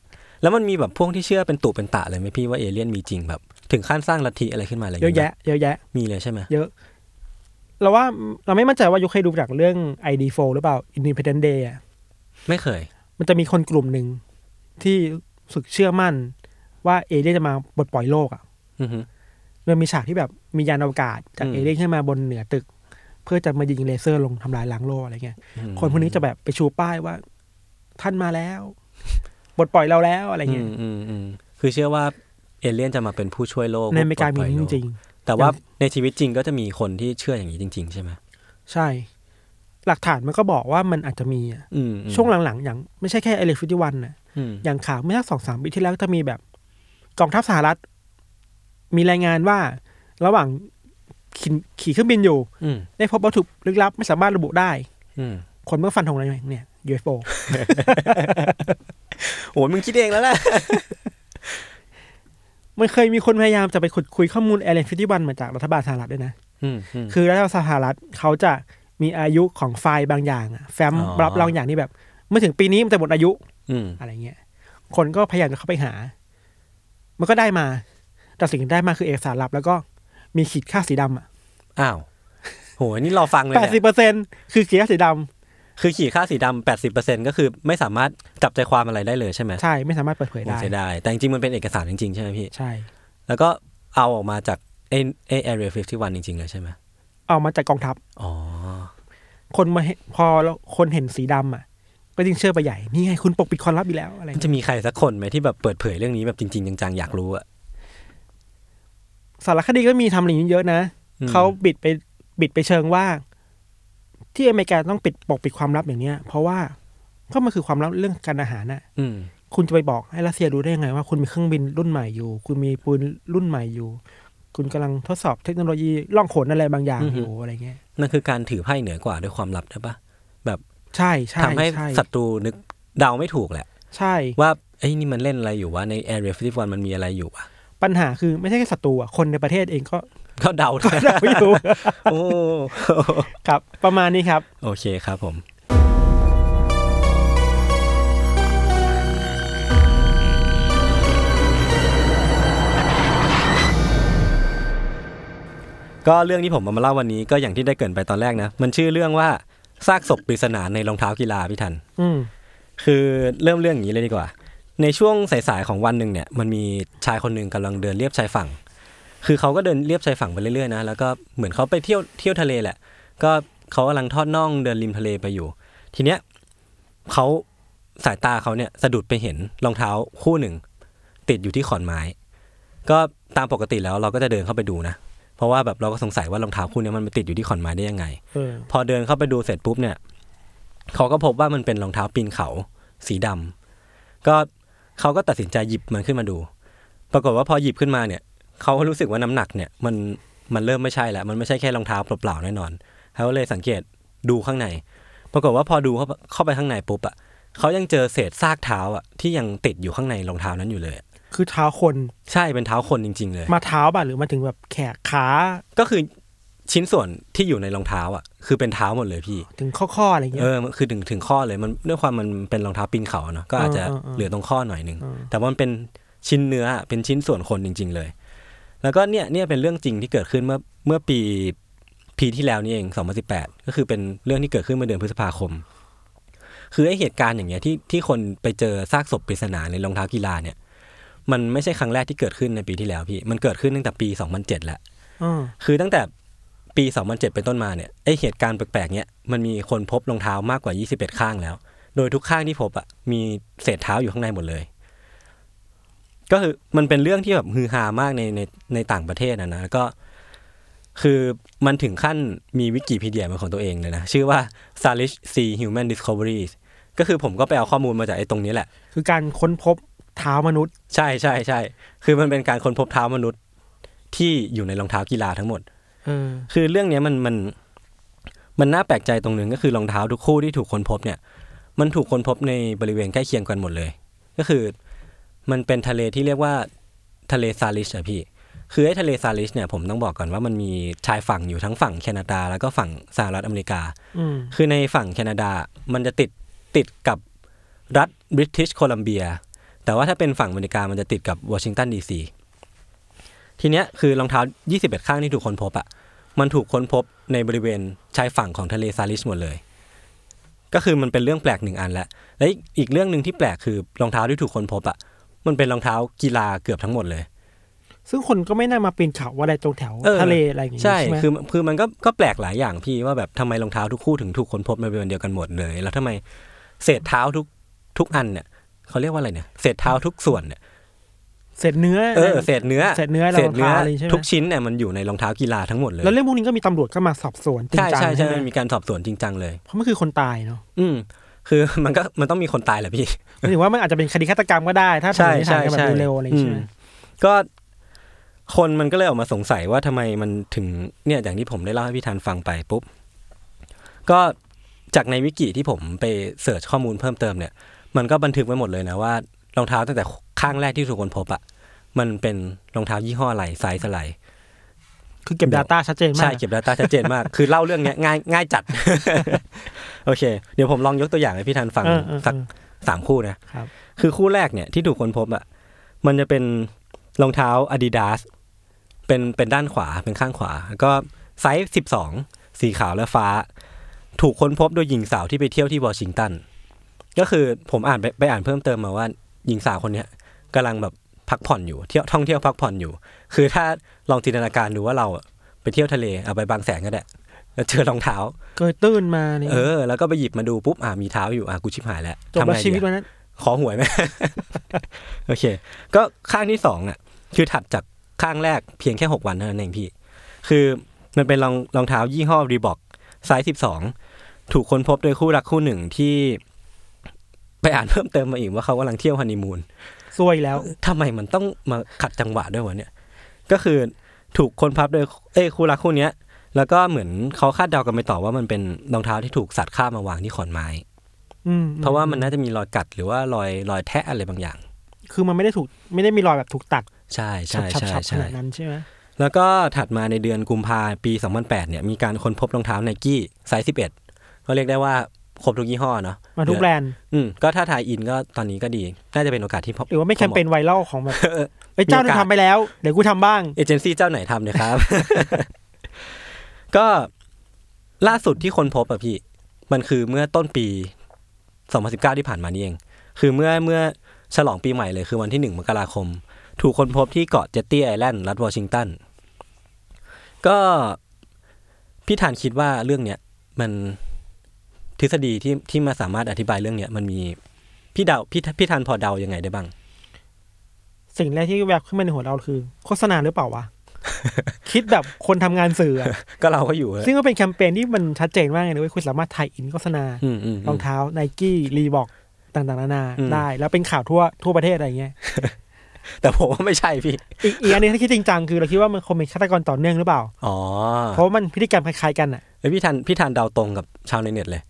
S2: แล้วมันมีแบบพวกที่เชื่อเป็นตุเป็นตะเลยไหมพี่ว่าเอเลี่ยนมีจริงแบบ ถึงขั้นสร้างลัทธิอะไรขึ้นมาอะไราง
S3: เยอะ
S2: งี้
S3: แยะเยอะแยะ
S2: มีเลยใช่ไหม
S3: เยอะ เราว่าเราไม่มั่นใจว่ายุคเคยดูจากเรื่อง ID4 หรือเปล่า Independent Day อ่ะ
S2: ไม่เคย
S3: มันจะมีคนกลุ่มหนึ่งที่รู้สึกเชื่อมั่น ว่าเอเลี่ยนจะมาปลดปล่อยโลกอ่ะ
S2: อือฮึ
S3: มันมีฉากที่แบบมียานอวกาศจาก
S2: อืม
S3: เอเลี่ยนขึ้นมาบนเหนือตึก เพื่อจะมายิงเลเซอร์ลงทำลายล้างโลกอะไรเงี้ย คนพวกนี้จะแบบไปชูป้ายว่า ท่านมาแล้วปลดปล่อยเราแล้วอะไรเงี้ย
S2: อืมอืมอืมคือเชื่อว่าเอเลี่ยนจะมาเป็นผู้ช่วยโลก
S3: ในอเมริกา
S2: ป
S3: มี
S2: ลดปล่ย
S3: จ
S2: โล
S3: ริง
S2: แต่ว่าในชีวิตจริงก็จะมีคนที่เชื่ออย่างนี้จริง ๆ ใช่ไหม
S3: ใช่ หลักฐานมันก็บอกว่ามันอาจจะมีอะ
S2: อืมอืม
S3: ช่วงหลังๆ อย่างไม่ใช่แค่เอลิฟฟิติวันนะ
S2: อืม
S3: อย่างข่าวเมื่อสักสองสามปีที่แล้วจะมีแบบกองทัพสหรัฐ มีรายงานว่า ระหว่างขขี่เครื่องบินอยู่
S2: อืม
S3: ได้พบวัตถุลึกลับไม่สามารถระบุได้
S2: อืม
S3: คนเมื่อฟันธงอะไรเนี่ย UFO
S2: โอ้ยมึงคิดเองแล้วแหละ
S3: มันเคยมีคนพยายามจะไปขุดคุยข้อมูลเอลิฟฟิติวันมาจากรัฐบาลสหรัฐด้วยนะ
S2: อืมอืม
S3: คือรัฐบาลสหรัฐเขาจะมีอายุของไฟล์บางอย่างอะแฟ้ม
S2: อ๋อ
S3: รับบางอย่างนี่แบบเมื่อถึงปีนี้มันจะหมดอายุ
S2: อืม
S3: อะไรเงี้ย คนก็พยายามจะเข้าไปหา มันก็ได้มา แต่สิ่งที่ได้มาคือเอกสารลับ แล้วก็มีขีดค่าสีดำอ่ะ
S2: อ้าวโหยนี่รอฟังเลย
S3: แปด
S2: เนี่ย
S3: สิบเปอร์เซ็นคือขีดค่าสีดำ
S2: คือขี่ค่าสีดำแปดสิบเปอร์เซ็นก็คือไม่สามารถจับใจความอะไรได้เลยใช่ไหม
S3: ใช่ไม่สามารถเปิดเผย
S2: โอ้
S3: ได้
S2: เสียดายแต่จริงๆมันเป็นเอกสารจริงๆใช่ไหมพี่
S3: ใช่
S2: แล้วก็เอาออกมาจากเอเอเรียฟิฟตี้วันจริงๆเลยใช่ไหม
S3: เอามาจากกองทัพ
S2: อ๋อ
S3: คนมาเห็นพอแล้วคนเห็นสีดำอ่ะ ก็ยิ่งเชื่อไปใหญ่ นี่ไงคุณปกปิดความลับอีกแล้วอะไร
S2: มัน
S3: เงี้ย
S2: จะมีใครสักคนไหมที่แบบเปิดเผยเรื่องนี้แบบจริงๆจังๆอยากรู้อะ
S3: สารคดีก็มีทำอะไรอย่างนี้เยอะนะ
S2: อืม
S3: เขาบิดไปบิดไปเชิงว่า ที่อเมริกาต้องปิดปกปิดความลับอย่างเนี้ย เพราะว่าก็มันคือความลับเรื่องการอาหารน่ะ
S2: อืม
S3: คุณจะไปบอกให้รัสเซียรู้ได้ยังไงว่าคุณมีเครื่องบินรุ่นใหม่อยู่ คุณมีปืนรุ่นใหม่อยู่ คุณกำลังทดสอบเทคโนโลยีล่องขนอะไรบางอย่างอยู่อะไรเงี้ย
S2: นั่นคือการถือไพ่เหนือกว่าด้วยความลับใช่ปะ
S3: ใช่ใช่
S2: ทำให้
S3: ใช่
S2: ศัตรูนึกเดาไม่ถูกแหละ
S3: ใช่
S2: ว่าไอ้ยนี่มันเล่นอะไรอยู่วะใน Area 51มันมีอะไรอยู่วะ
S3: ปัญหาคือไม่ใช่แค่ศัตรูอ่ะคนในประเทศเองก็
S2: ก็เดาได้
S3: เดาอยู่
S2: โอ้
S3: ครับ ประมาณนี้ครับ
S2: โอเคครับผม ก็เรื่องที่ผมเอามาเล่าวันนี้ก็อย่างที่ได้เกรินไปตอนแรกนะ มันชื่อเรื่องว่าซากศพปริศนาในรองเท้ากีฬาพี่ทัน
S3: อืม
S2: คือเริ่มเรื่องอย่างนี้เลยดีกว่า ในช่วงสายๆของวันหนึ่งเนี่ยมันมีชายคนหนึ่งกำลังเดินเลียบชายฝั่ง คือเขาก็เดินเลียบชายฝั่งไปเรื่อยๆนะแล้วก็เหมือนเขาไปเที่ยวเที่ยวทะเลแหละ ก็เขากำลังทอดน่องเดินริมทะเลไปอยู่ ทีเนี้ยเขาสายตาเขาเนี่ยสะดุดไปเห็นรองเท้าคู่หนึ่ง ติดอยู่ที่ขอนไม้ ก็ตามปกติแล้วเราก็จะเดินเข้าไปดูนะ เพราะว่าแบบเราก็สงสัยว่ารองเท้าคู่เนี้ยมันไปติดอยู่ที่ขอนไม้ได้ยังไง
S3: เออ
S2: พอเดินเข้าไปดูเสร็จปุ๊บเนี่ยเขาก็พบว่ามันเป็นรองเท้าปีนเขา สีดำก็เขาก็ตัดสินใจหยิบมันขึ้นมาดู ปรากฏว่าพอหยิบขึ้นมาเนี่ยเขาก็รู้สึกว่าน้ำหนักเนี่ยมันมันเริ่มไม่ใช่แล้วมันไม่ใช่แค่รองเท้าเปล่าๆแน่นอนเขาก็เลยสังเกตดูข้างใน ปรากฏว่าพอดูเข้าเข้าไปข้างในปุ๊บอ่ะเขายังเจอเศษซากเท้าอ่ะที่ยังติดอยู่ข้างในรองเท้านั้นอยู่เลยอะ
S3: คือเท้าคน
S2: ใช่เป็นเท้าคนจริง ๆ เลย
S3: มาเท้าบ่ะหรือมาถึงแบบแขกขา
S2: ก็คือชิ้นส่วนที่อยู่ในรองเท้าอ่ะคือเป็นเท้าหมดเลยพี่
S3: ถึงข้อๆอะไรเงี้
S2: เอย อมันคือถึงถึงข้อเลยมันด้วยความมันเป็นรองเท้าปีนเขาอะเนาะก็อาจจะ
S3: เออเออเออ
S2: เหลือตรงข้อหน่อยหนึ่ง
S3: เออ
S2: แต่ว่ามันเป็นชิ้นเนื้ออะเป็นชิ้นส่วนคนจริง ๆ เลย แล้วก็เนี่ยเนี่ยเป็นเรื่องจริงที่เกิดขึ้นเมื่อเมื่อปีปีที่แล้วนี่เอง 2018 ก็คือเป็นเรื่องที่เกิดขึ้นเมื่อเดือนพฤษภาคม คือไอเหตุการณ์อย่างเงี้ยที่ที่คนไปเจอซากศพปริศนาในรองเท้ากีฬาเนี่ย มันไม่ใช่ครั้งแรกที่เกิดขึ้นในปีที่แล้วพี่มันเกิดขึ้นตั้งแต่ปี 2007แล้ว
S3: เออ
S2: คือตั้งแต่ปี 2007 เป็นต้นมาเนี่ยไอเหตุการณ์แปลกๆเนี่ยมันมีคนพบรองเท้ามากกว่า 21 ข้างแล้ว โดยทุกข้างที่พบอ่ะมีเศษเท้าอยู่ข้างในหมดเลย ก็คือมันเป็นเรื่องที่แบบฮือฮามากในในในต่างประเทศนะนะแล้วก็คือมันถึงขั้นมีวิกิพีเดียเป็นของตัวเองเลยนะ ชื่อว่า s a l i s C Human Discoveries ก็คือผมก็ไปเอาข้อมูลมาจากไอ้ตรงนี้แหละ
S3: คือการค้นพบเท้ามนุษย์
S2: ใช่ใช่ใช่คือมันเป็นการค้นพบเท้ามนุษย์ที่อยู่ในรองเท้ากีฬาทั้งหมด
S3: เออ
S2: คือเรื่องเนี้ยมันมันมันน่าแปลกใจตรงหนึ่งก็คือรองเท้าทุกคู่ที่ถูกค้นพบเนี่ย มันถูกค้นพบในบริเวณใกล้เคียงกันหมดเลย ก็คือมันเป็นทะเลที่เรียกว่าทะเลซาลิชอะพี่ คือไอ้ทะเลซาลิชเนี่ยผมต้องบอกก่อนว่ามันมีชายฝั่งอยู่ทั้งฝั่งแคนาดา แล้วก็ฝั่งสหรัฐอเมริกา
S3: อืม
S2: คือในฝั่งแคนาดา มันจะติดติดกับรัฐบริติชโคลัมเบีย แต่ว่าถ้าเป็นฝั่งอเมริกา มันจะติดกับวอชิงตันดีซี ทีเนี้ยคือรองเท้า 21 ข้างที่ถูกค้นพบอะ่ะ มันถูกค้นพบในบริเวณชายฝั่งของทะเลซาลิชหมดเลย ก็คือมันเป็นเรื่องแปลกหนึ่งอันละและอีกอีกเรื่องหนึ่งที่แปลกคือรองเท้าที่ถูกค้นพบอะ่ะ มันเป็นรองเท้ากีฬาเกือบทั้งหมดเลย
S3: ซึ่งคนก็ไม่น่ามาปีนเขาอะไรตรงแถว
S2: เออ
S3: ทะเลอะไรอย่างงี้
S2: ใช่
S3: ใช่ไหม
S2: คือคือมันก็ก็แปลกหลายอย่างพี่ว่าแบบทำไมรองเท้าทุกคู่ถึงถูกค้นพบในวันเดียวกันหมดเลย แล้วทำไมเศษเท้าทุกทุกอันเนี่ยเขาเรียกว่าอะไรเนี่ย เศษเท้าทุกส่วนเนี่ย
S3: เศษเนื้อ
S2: เออเศษเนื้อ
S3: เศษเนื้อ
S2: เศษเนื้อ
S3: รองเท้าอะไรใช่ไหม
S2: ทุกชิ้นเนี่ยมันอยู่ในรองเท้ากีฬาทั้งหมดเลย
S3: แล้วเรื่องพวกนี้ก็มีตำรวจก็มาสอบสวนจริง
S2: ใช่
S3: จัง
S2: ใช่ใช่
S3: ไหม
S2: มันมีการสอบสวนจริงจังเลย
S3: เพราะมันคือคนตายเนาะ
S2: อืม คือมันก็มันต้องมีคนตายแหละพี่
S3: หมายถึงว่ามันอาจจะเป็นคดีฆาตกรรมก็ได้ ถ้า
S2: ใช่
S3: ผ่านทางกันแบ
S2: ใช่
S3: บ
S2: ใช่
S3: เร็วๆอะไรอย่างเงี้ยใช่ไหม
S2: ก็คนมันก็เลยออกมาสงสัยว่าทำไมมันถึงเนี่ยอย่างที่ผมได้เล่าให้พี่ธันฟังไปปุ๊บ ก็จากในวิกิที่ผมไปเสิร์ชข้อมูลเพิ่มเติมเนี่ย มันก็บันทึกไว้หมดเลยนะว่ารองเท้าตั้งแต่ข้างแรกที่ถูกคนพบอะมันเป็นรองเท้ายี่ห้ออะไรไซส์อะไร
S3: คือเก็บ Data ชัดเจนมา
S2: ใช่
S3: ก
S2: เก็บ Data ชัดเจนมาก คือเล่าเรื่องเนี้ยง่ายง่ายจัด โอเค เดี๋ยวผมลองยกตัวอย่างให้พี่ธันฟัง
S3: เออเออ
S2: สัก
S3: เออ
S2: สามคู่นะ
S3: ครับ
S2: คือคู่แรกเนี่ยที่ถูกค้นพบอ่ะมันจะเป็นรองเท้า Adidas เป็นเป็นด้านขวาเป็นข้างขวา แล้วก็ไซส์ 12 สีขาวและฟ้า ถูกค้นพบโดยหญิงสาวที่ไปเที่ยวที่วอชิงตัน ก็คือผมอ่านไปไปอ่านเพิ่มเติมมาว่าหญิงสาวคนเนี้ยกำลังแบบพักผ่อนอยู่เที่ยวท่องเที่ยวพักผ่อนอยู่ คือถ้าลองจินตนาการดูว่าเราอะไปเที่ยวทะเลเอาไปบางแสนก็ได้แล้วเจอรองเท้า
S3: เกยตื้นมาเนี่ย
S2: เออ แล้วก็ไปหยิบมาดูปุ๊บอ่ามีเท้าอยู่อ่ะกูชิบหายแล้ว
S3: จบ
S2: ทำไง
S3: แล้ว
S2: ดีอะ
S3: ชีวิตวันนั้น
S2: ขอหวยไหม โอเค ก็ข้างที่สองอ่ะ คือถัดจากข้างแรกเพียงแค่หกวันเท่านั้นเองพี่ คือมันเป็นรองรองเท้ายี่ห้อรีบอกไซส์สิบสองถูกค้นพบโดยคู่รักคู่หนึ่งที่ไปอ่านเพิ่มเติมมาอีกว่าเขากำลังเที่ยวฮันนีมูน
S3: ซวยแล้ว
S2: ทำไมมันต้องมาขัดจังหวะด้วยวะเนี่ย ก็คือถูกคนพับโดยเอ้ยคู่รักคู่เนี้ย แล้วก็เหมือนเขาคาดเดากันไปต่อว่ามันเป็นรองเท้าที่ถูกสัตว์ฆ่ามาวางที่ขอนไม้
S3: อืม
S2: เพราะว่ามันน่าจะมีรอยกัดหรือว่ารอยรอยแทะอะไรบางอย่าง
S3: คือมันไม่ได้ถูกไม่ได้มีรอยแบบถูกตัด
S2: ใช่
S3: ฉั
S2: ใช่
S3: บฉับ
S2: ใช่
S3: ฉับข
S2: ใช่
S3: นาดนั้นใช่ไหม
S2: แล้วก็ถัดมาในเดือนกุมภาปี 2008 เนี่ยมีการค้นพบรองเท้าไนกี้ไซส์ 11 ก็เรียกได้ว่าครบทุกยี่ห้อเนาะ
S3: มาทุกแบรนด์
S2: อืมก็ถ้าทายอินก็ตอนนี้ก็ดี น่าจะเป็นโอกาสที่พบ
S3: หรือว่าไม่แคมเปญไวรัลของแบบ
S2: เออ
S3: ไอ้ยเจ้าหนูทำไปแล้ว เดี๋ยวกูทำบ้าง
S2: เอเจนซี่เจ้าไหนทำเนี่ยครับ ก็ล่าสุดที่คนพบอะพี่ มันคือเมื่อต้นปี 2019 ที่ผ่านมานี่เอง คือเมื่อเมื่อฉลองปีใหม่เลยคือวันที่หนึ่งมกราคม ถูกคนพบที่เกาะเจตตี้ไอแลนด์รัฐวอชิงตัน ก็พี่ฐานคิดว่าเรื่องเนี้ยมันทฤษฎีที่ที่มาสามารถอธิบายเรื่องเนี้ยมันมีพี่เดาพี่พี่ทานพอเดายังไงได้บ้าง
S3: สิ่งแรกที่แวบขึ้นมาในหัวเราคือ โฆษณาหรือเป ล่าวะ คิดแบบคนทำงานสื่ออะ
S2: ก็เราก็อยู่อะ
S3: ซึ่งก็เป็นแคมเปญที่มันชัดเจนมากเลยนะเว้ยคุณสามารถถ่ายอินโฆษณา
S2: อืมอืม
S3: ร
S2: อื
S3: อง
S2: ม
S3: เท้าไนกี้รีบอกต่างๆนานา
S2: อืม
S3: ได้ แล้วเป็นข่าวทั่วทั่วประเทศอะไรเงี้ย
S2: แต่ผมว่าไม่ใช่พี่
S3: อีกอีกอันหนึงถ้าคิดจริงจังคือเราคิดว่ามันคงเป็นฆาตกรต่อเนื่องหรือเปล่า
S2: อ๋อ
S3: เพราะมันพฤติกรรมคล้ายๆกันอ่ะ
S2: เอ้ยพี่ทันพี่ทันเดาตรงกับชาวในเน็ตเลย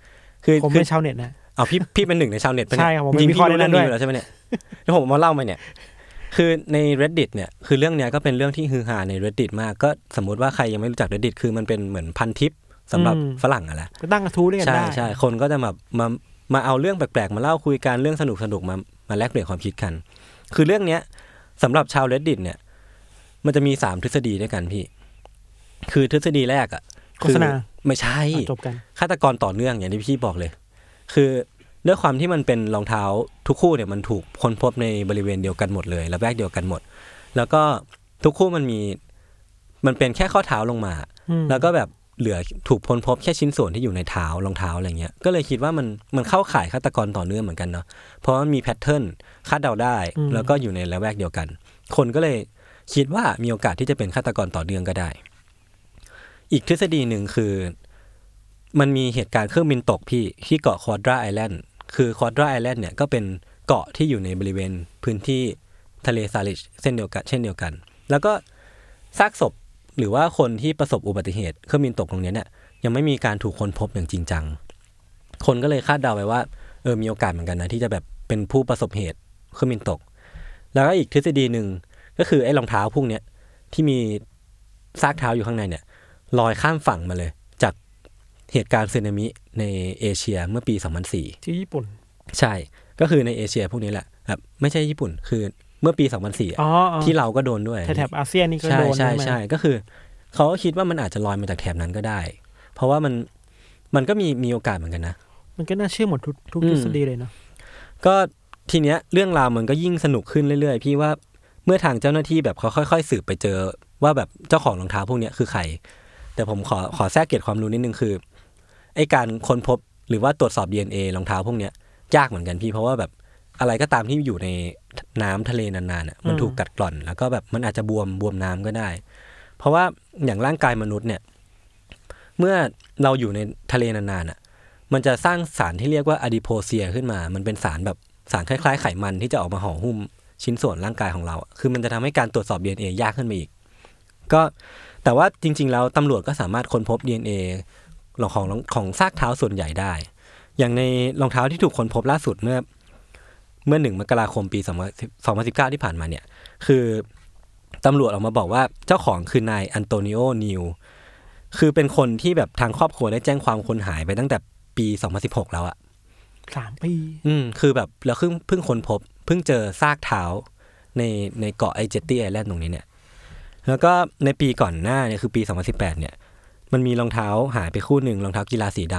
S2: คือ
S3: ผม
S2: คื
S3: เป็
S2: อน
S3: ชาวเน็ตนะ
S2: เอาพี่พี่เป็นหนึ่งในชาวเน็ตปะเนี่ย
S3: ใช่ครับผมเป็น
S2: จริง
S3: วิ
S2: พี่
S3: เคราะห์
S2: รู้
S3: ในนั้
S2: เรื่อง
S3: น
S2: นี้อ
S3: ด้วย
S2: ยู่แล้วใช่ไหมเนี่ยแล้วผมเอามาเล่ามาเนี่ย คือใน reddit เนี่ยคือเรื่องเนี้ยก็เป็นเรื่องที่ฮือฮาใน reddit มากก็สมมติว่าใครยังไม่รู้จัก reddit คือมันเป็นเหมือนพันทิปสำหรับฝรั่งอะแหละ
S3: ก็ตั้งกระทู้ด้วยกัน
S2: ใช่
S3: ได้
S2: ใช่คนก็จะมามามาเอาเรื่องแปลกๆ มาเล่าคุยกันเรื่องสนุกสนุกมามาแลกเปลี่ยนความคิดกัน คือเรื่องเนี้ยสำหรับชาว reddit เนี่ย มันจะมีสามทฤษฎีด้วยกันพี่ คือทฤษฎีแรกอ่ะ
S3: โฆษณา
S2: คือไม่ใช่
S3: อ่ะจบกัน
S2: ฆาตกรต่อเนื่องอย่างที่พี่บอกเลย คือด้วยความที่มันเป็นรองเท้าทุกคู่เนี่ยมันถูกค้นพบในบริเวณเดียวกันหมดเลยและแวกเดียวกันหมด แล้วก็ทุกคู่มันมีมันเป็นแค่ข้อเท้าลงมา
S3: อืม
S2: แล้วก็แบบเหลือถูกค้นพบแค่ชิ้นส่วนที่อยู่ในเท้ารองเท้าอะไรเงี้ยก็เลยคิดว่ามันมันเข้าข่ายฆาตกรต่อเนื่องเหมือนกันเนาะเพราะมันมีแพทเทิร์นคาดเดาได้
S3: อืม
S2: แล้วก็อยู่ในละแวกเดียวกัน คนก็เลยคิดว่ามีโอกาสที่จะเป็นฆาตกรต่อเนื่องก็ได้ อีกทฤษฎีหนึ่งคือ มันมีเหตุการณ์เครื่องบินตกพี่ที่เกาะคอดราไอแลนด์คือคอดราไอแลนด์เนี่ยก็เป็นเกาะที่อยู่ในบริเวณพื้นที่ทะเลซาลิชเส้นเดียวกันเช่นเดียวกัน แล้วก็ซากศพหรือว่าคนที่ประสบอุบัติเหตุเครื่องบินตกตรงเนี้ยเนี่ยยังไม่มีการถูกค้นพบอย่างจริงจัง คนก็เลยคาดเดาไปว่าเออมีโอกาสเหมือนกันนะที่จะแบบเป็นผู้ประสบเหตุเครื่องบินตก แล้วก็อีกทฤษฎีหนึ่งก็คือไอ้รองเท้าพวกเนี้ยที่มีซากเท้าอยู่ข้างในเนี่ย ลอยข้ามฝั่งมาเลย จากเหตุการณ์สึนามิในเอเชียเมื่อปี 2004
S3: ที่ญี่ปุ่น
S2: ใช่ ก็คือในเอเชียพวกนี้แหละครับไม่ใช่ญี่ปุ่นคือเมื่อปี 2004อะ
S3: อ๋อ
S2: ที่เราก็โดนด้วย
S3: แถบๆอาเซียนนี่ก็
S2: ใช่
S3: โดน
S2: ใช่
S3: ใช่ไหม
S2: ใช่ก็คือเขาก็คิดว่ามันอาจจะลอยมาจากแถบนั้นก็ได้ เพราะว่ามันมันก็มีมีโอกาสเหมือนกันนะ
S3: มันก็น่าเชื่อหมดทุกทุก
S2: อืม
S3: ทฤษฎีเลยเนาะ
S2: ก็ทีเนี้ยเรื่องราวมันก็ยิ่งสนุกขึ้นเรื่อยๆ พี่ว่าเมื่อทางเจ้าหน้าที่แบบเขาค่อย ๆ สืบไปเจอว่าแบบเจ้าของรองเท้าพวกเนี้ยคือใคร แต่ผมขอขอแทรกเกร็ดความรู้นิดนึงคือไอการค้นพบหรือว่าตรวจสอบ DNA รองเท้าพวกเนี้ยยากเหมือนกันพี่เพราะว่าแบบอะไรก็ตามที่อยู่ใน น้ำทะเลนานๆน่ะมัน
S3: อืม
S2: ถูกกัดกร่อน แล้วก็แบบมันอาจจะบวมบวมน้ำก็ได้ เพราะว่าอย่างร่างกายมนุษย์เนี่ย เมื่อเราอยู่ในทะเลนานๆน่ะ มันจะสร้างสารที่เรียกว่าอะดิโพเซียขึ้นมา มันเป็นสารแบบสารคล้ายๆไขมันที่จะออกมาห่อหุ้มชิ้นส่วนร่างกายของเราอะคือมันจะทำให้การตรวจสอบ DNA ยากขึ้นไปอีก ก็แต่ว่าจริง ๆ แล้วตำรวจก็สามารถค้นพบ DNA ของของของซากเท้าส่วนใหญ่ได้ อย่างในรองเท้าที่ถูกค้นพบล่าสุดเมื่อ เมื่อหนึ่งมกราคมปี2019 ที่ผ่านมาเนี่ย คือตำรวจออกมาบอกว่าเจ้าของคือนายอันโตนิโอนิว คือเป็นคนที่แบบทางครอบครัวได้แจ้งความคนหายไปตั้งแต่ปี 2016 แล้วอะ
S3: สามปี
S2: อืมคือแบบเราเพิ่งเพิ่งค้นพบ เพิ่งเจอซากเท้าในในเกาะไอเจตตี้ไอแลนด์ตรงนี้เนี่ย แล้วก็ในปีก่อนหน้าเนี่ยคือปี 2018 เนี่ย มันมีรองเท้าหายไปคู่หนึ่งรองเท้ากีฬาสีด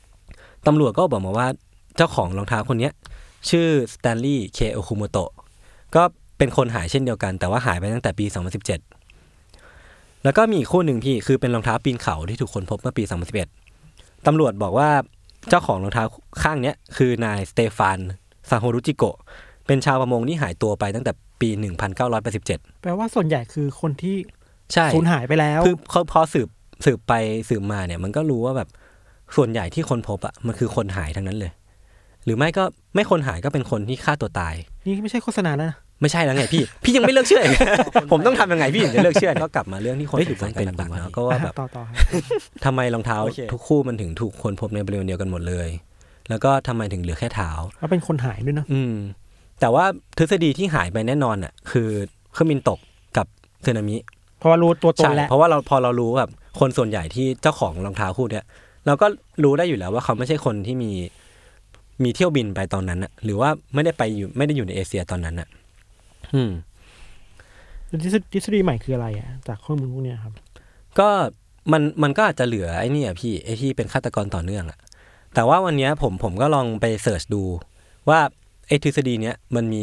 S2: ำตำรวจก็บอกมาว่าเจ้าของรองเท้าคนเนี้ย ชื่อสแตนลีย์เคโอคุโมโตะก็เป็นคนหายเช่นเดียวกัน แต่ว่าหายไปตั้งแต่ปี 2017 แล้วก็มีอีกคู่หนึ่งพี่คือเป็นรองเท้าปีนเขาที่ถูกค้นพบเมื่อปี 2011ตำรวจบอกว่า เจ้าของรองเท้าข้างเนี้ยคือนายสเตฟานซาโฮรุจิโกะเป็นชาวประมงที่หายตัวไปตั้งแต่ปี 1987
S3: แปลว่าส่วนใหญ่คือคนที่
S2: ใช่
S3: สูญหายไปแล้ว
S2: คือเขาพอสืบสืบไปสืบมาเนี่ยมันก็รู้ว่าแบบส่วนใหญ่ที่คนพบอะมันคือคนหายทั้งนั้นเลย หรือไม่ก็ไม่คนหายก็เป็นคนที่ฆ่าตัวตาย
S3: นี่ไม่ใช่โฆษณาแล้วนะ
S2: ไม่ใช่แล้วไงพี่ พี่ยังไม่เลิกเชื่ออีก ผมต้องทำยังไงพี่ถึงจะเลิกเชื่อ ก็กลับมาเรื่องที่คนสงสัยกันหลักๆเนอะก็ว่าแบบ
S3: ต่อต่อครับ
S2: ทำไมรองเท้า
S3: โอเค
S2: ทุกคู่มันถึงถูกคนพบในบริเวณเดียวกันหมดเลย แล้วก็ทำไมถึงเหลือแค่เท้า
S3: ว่าเป็นคนหายด้วยเนอะ
S2: อืม แต่ว่าทฤษฎีที่หายไปแน่นอนอ่ะ คือเครื่องบินตกกับสึนามิ
S3: เพราะว่ารู้ตัวต
S2: ใช่
S3: นแล้ว
S2: เพราะว่าเราพอเรารู้แบบคนส่วนใหญ่ที่เจ้าของรองเท้าคู่เนี้ยเราก็รู้ได้อยู่แล้วว่าเขาไม่ใช่คนที่มีมีเที่ยวบินไปตอนนั้นอ่ะ หรือว่าไม่ได้ไปอยู่ไม่ได้อยู่ในเอเชียตอนนั้นอ่ะ อืม
S3: ทฤษฎีทฤษฎีใหม่คืออะไรอ่ะจากข้อมูลพวกเนี้ยครับ
S2: ก็มันมันก็อาจจะเหลือไอ้เนี่ยพี่ไอ้ที่เป็นฆาตกรต่อเนื่องอะแต่ว่าวันเนี้ยผมผมก็ลองไปเสิร์ชดู ว่าไอ้ทฤษฎีเนี้ยมันมี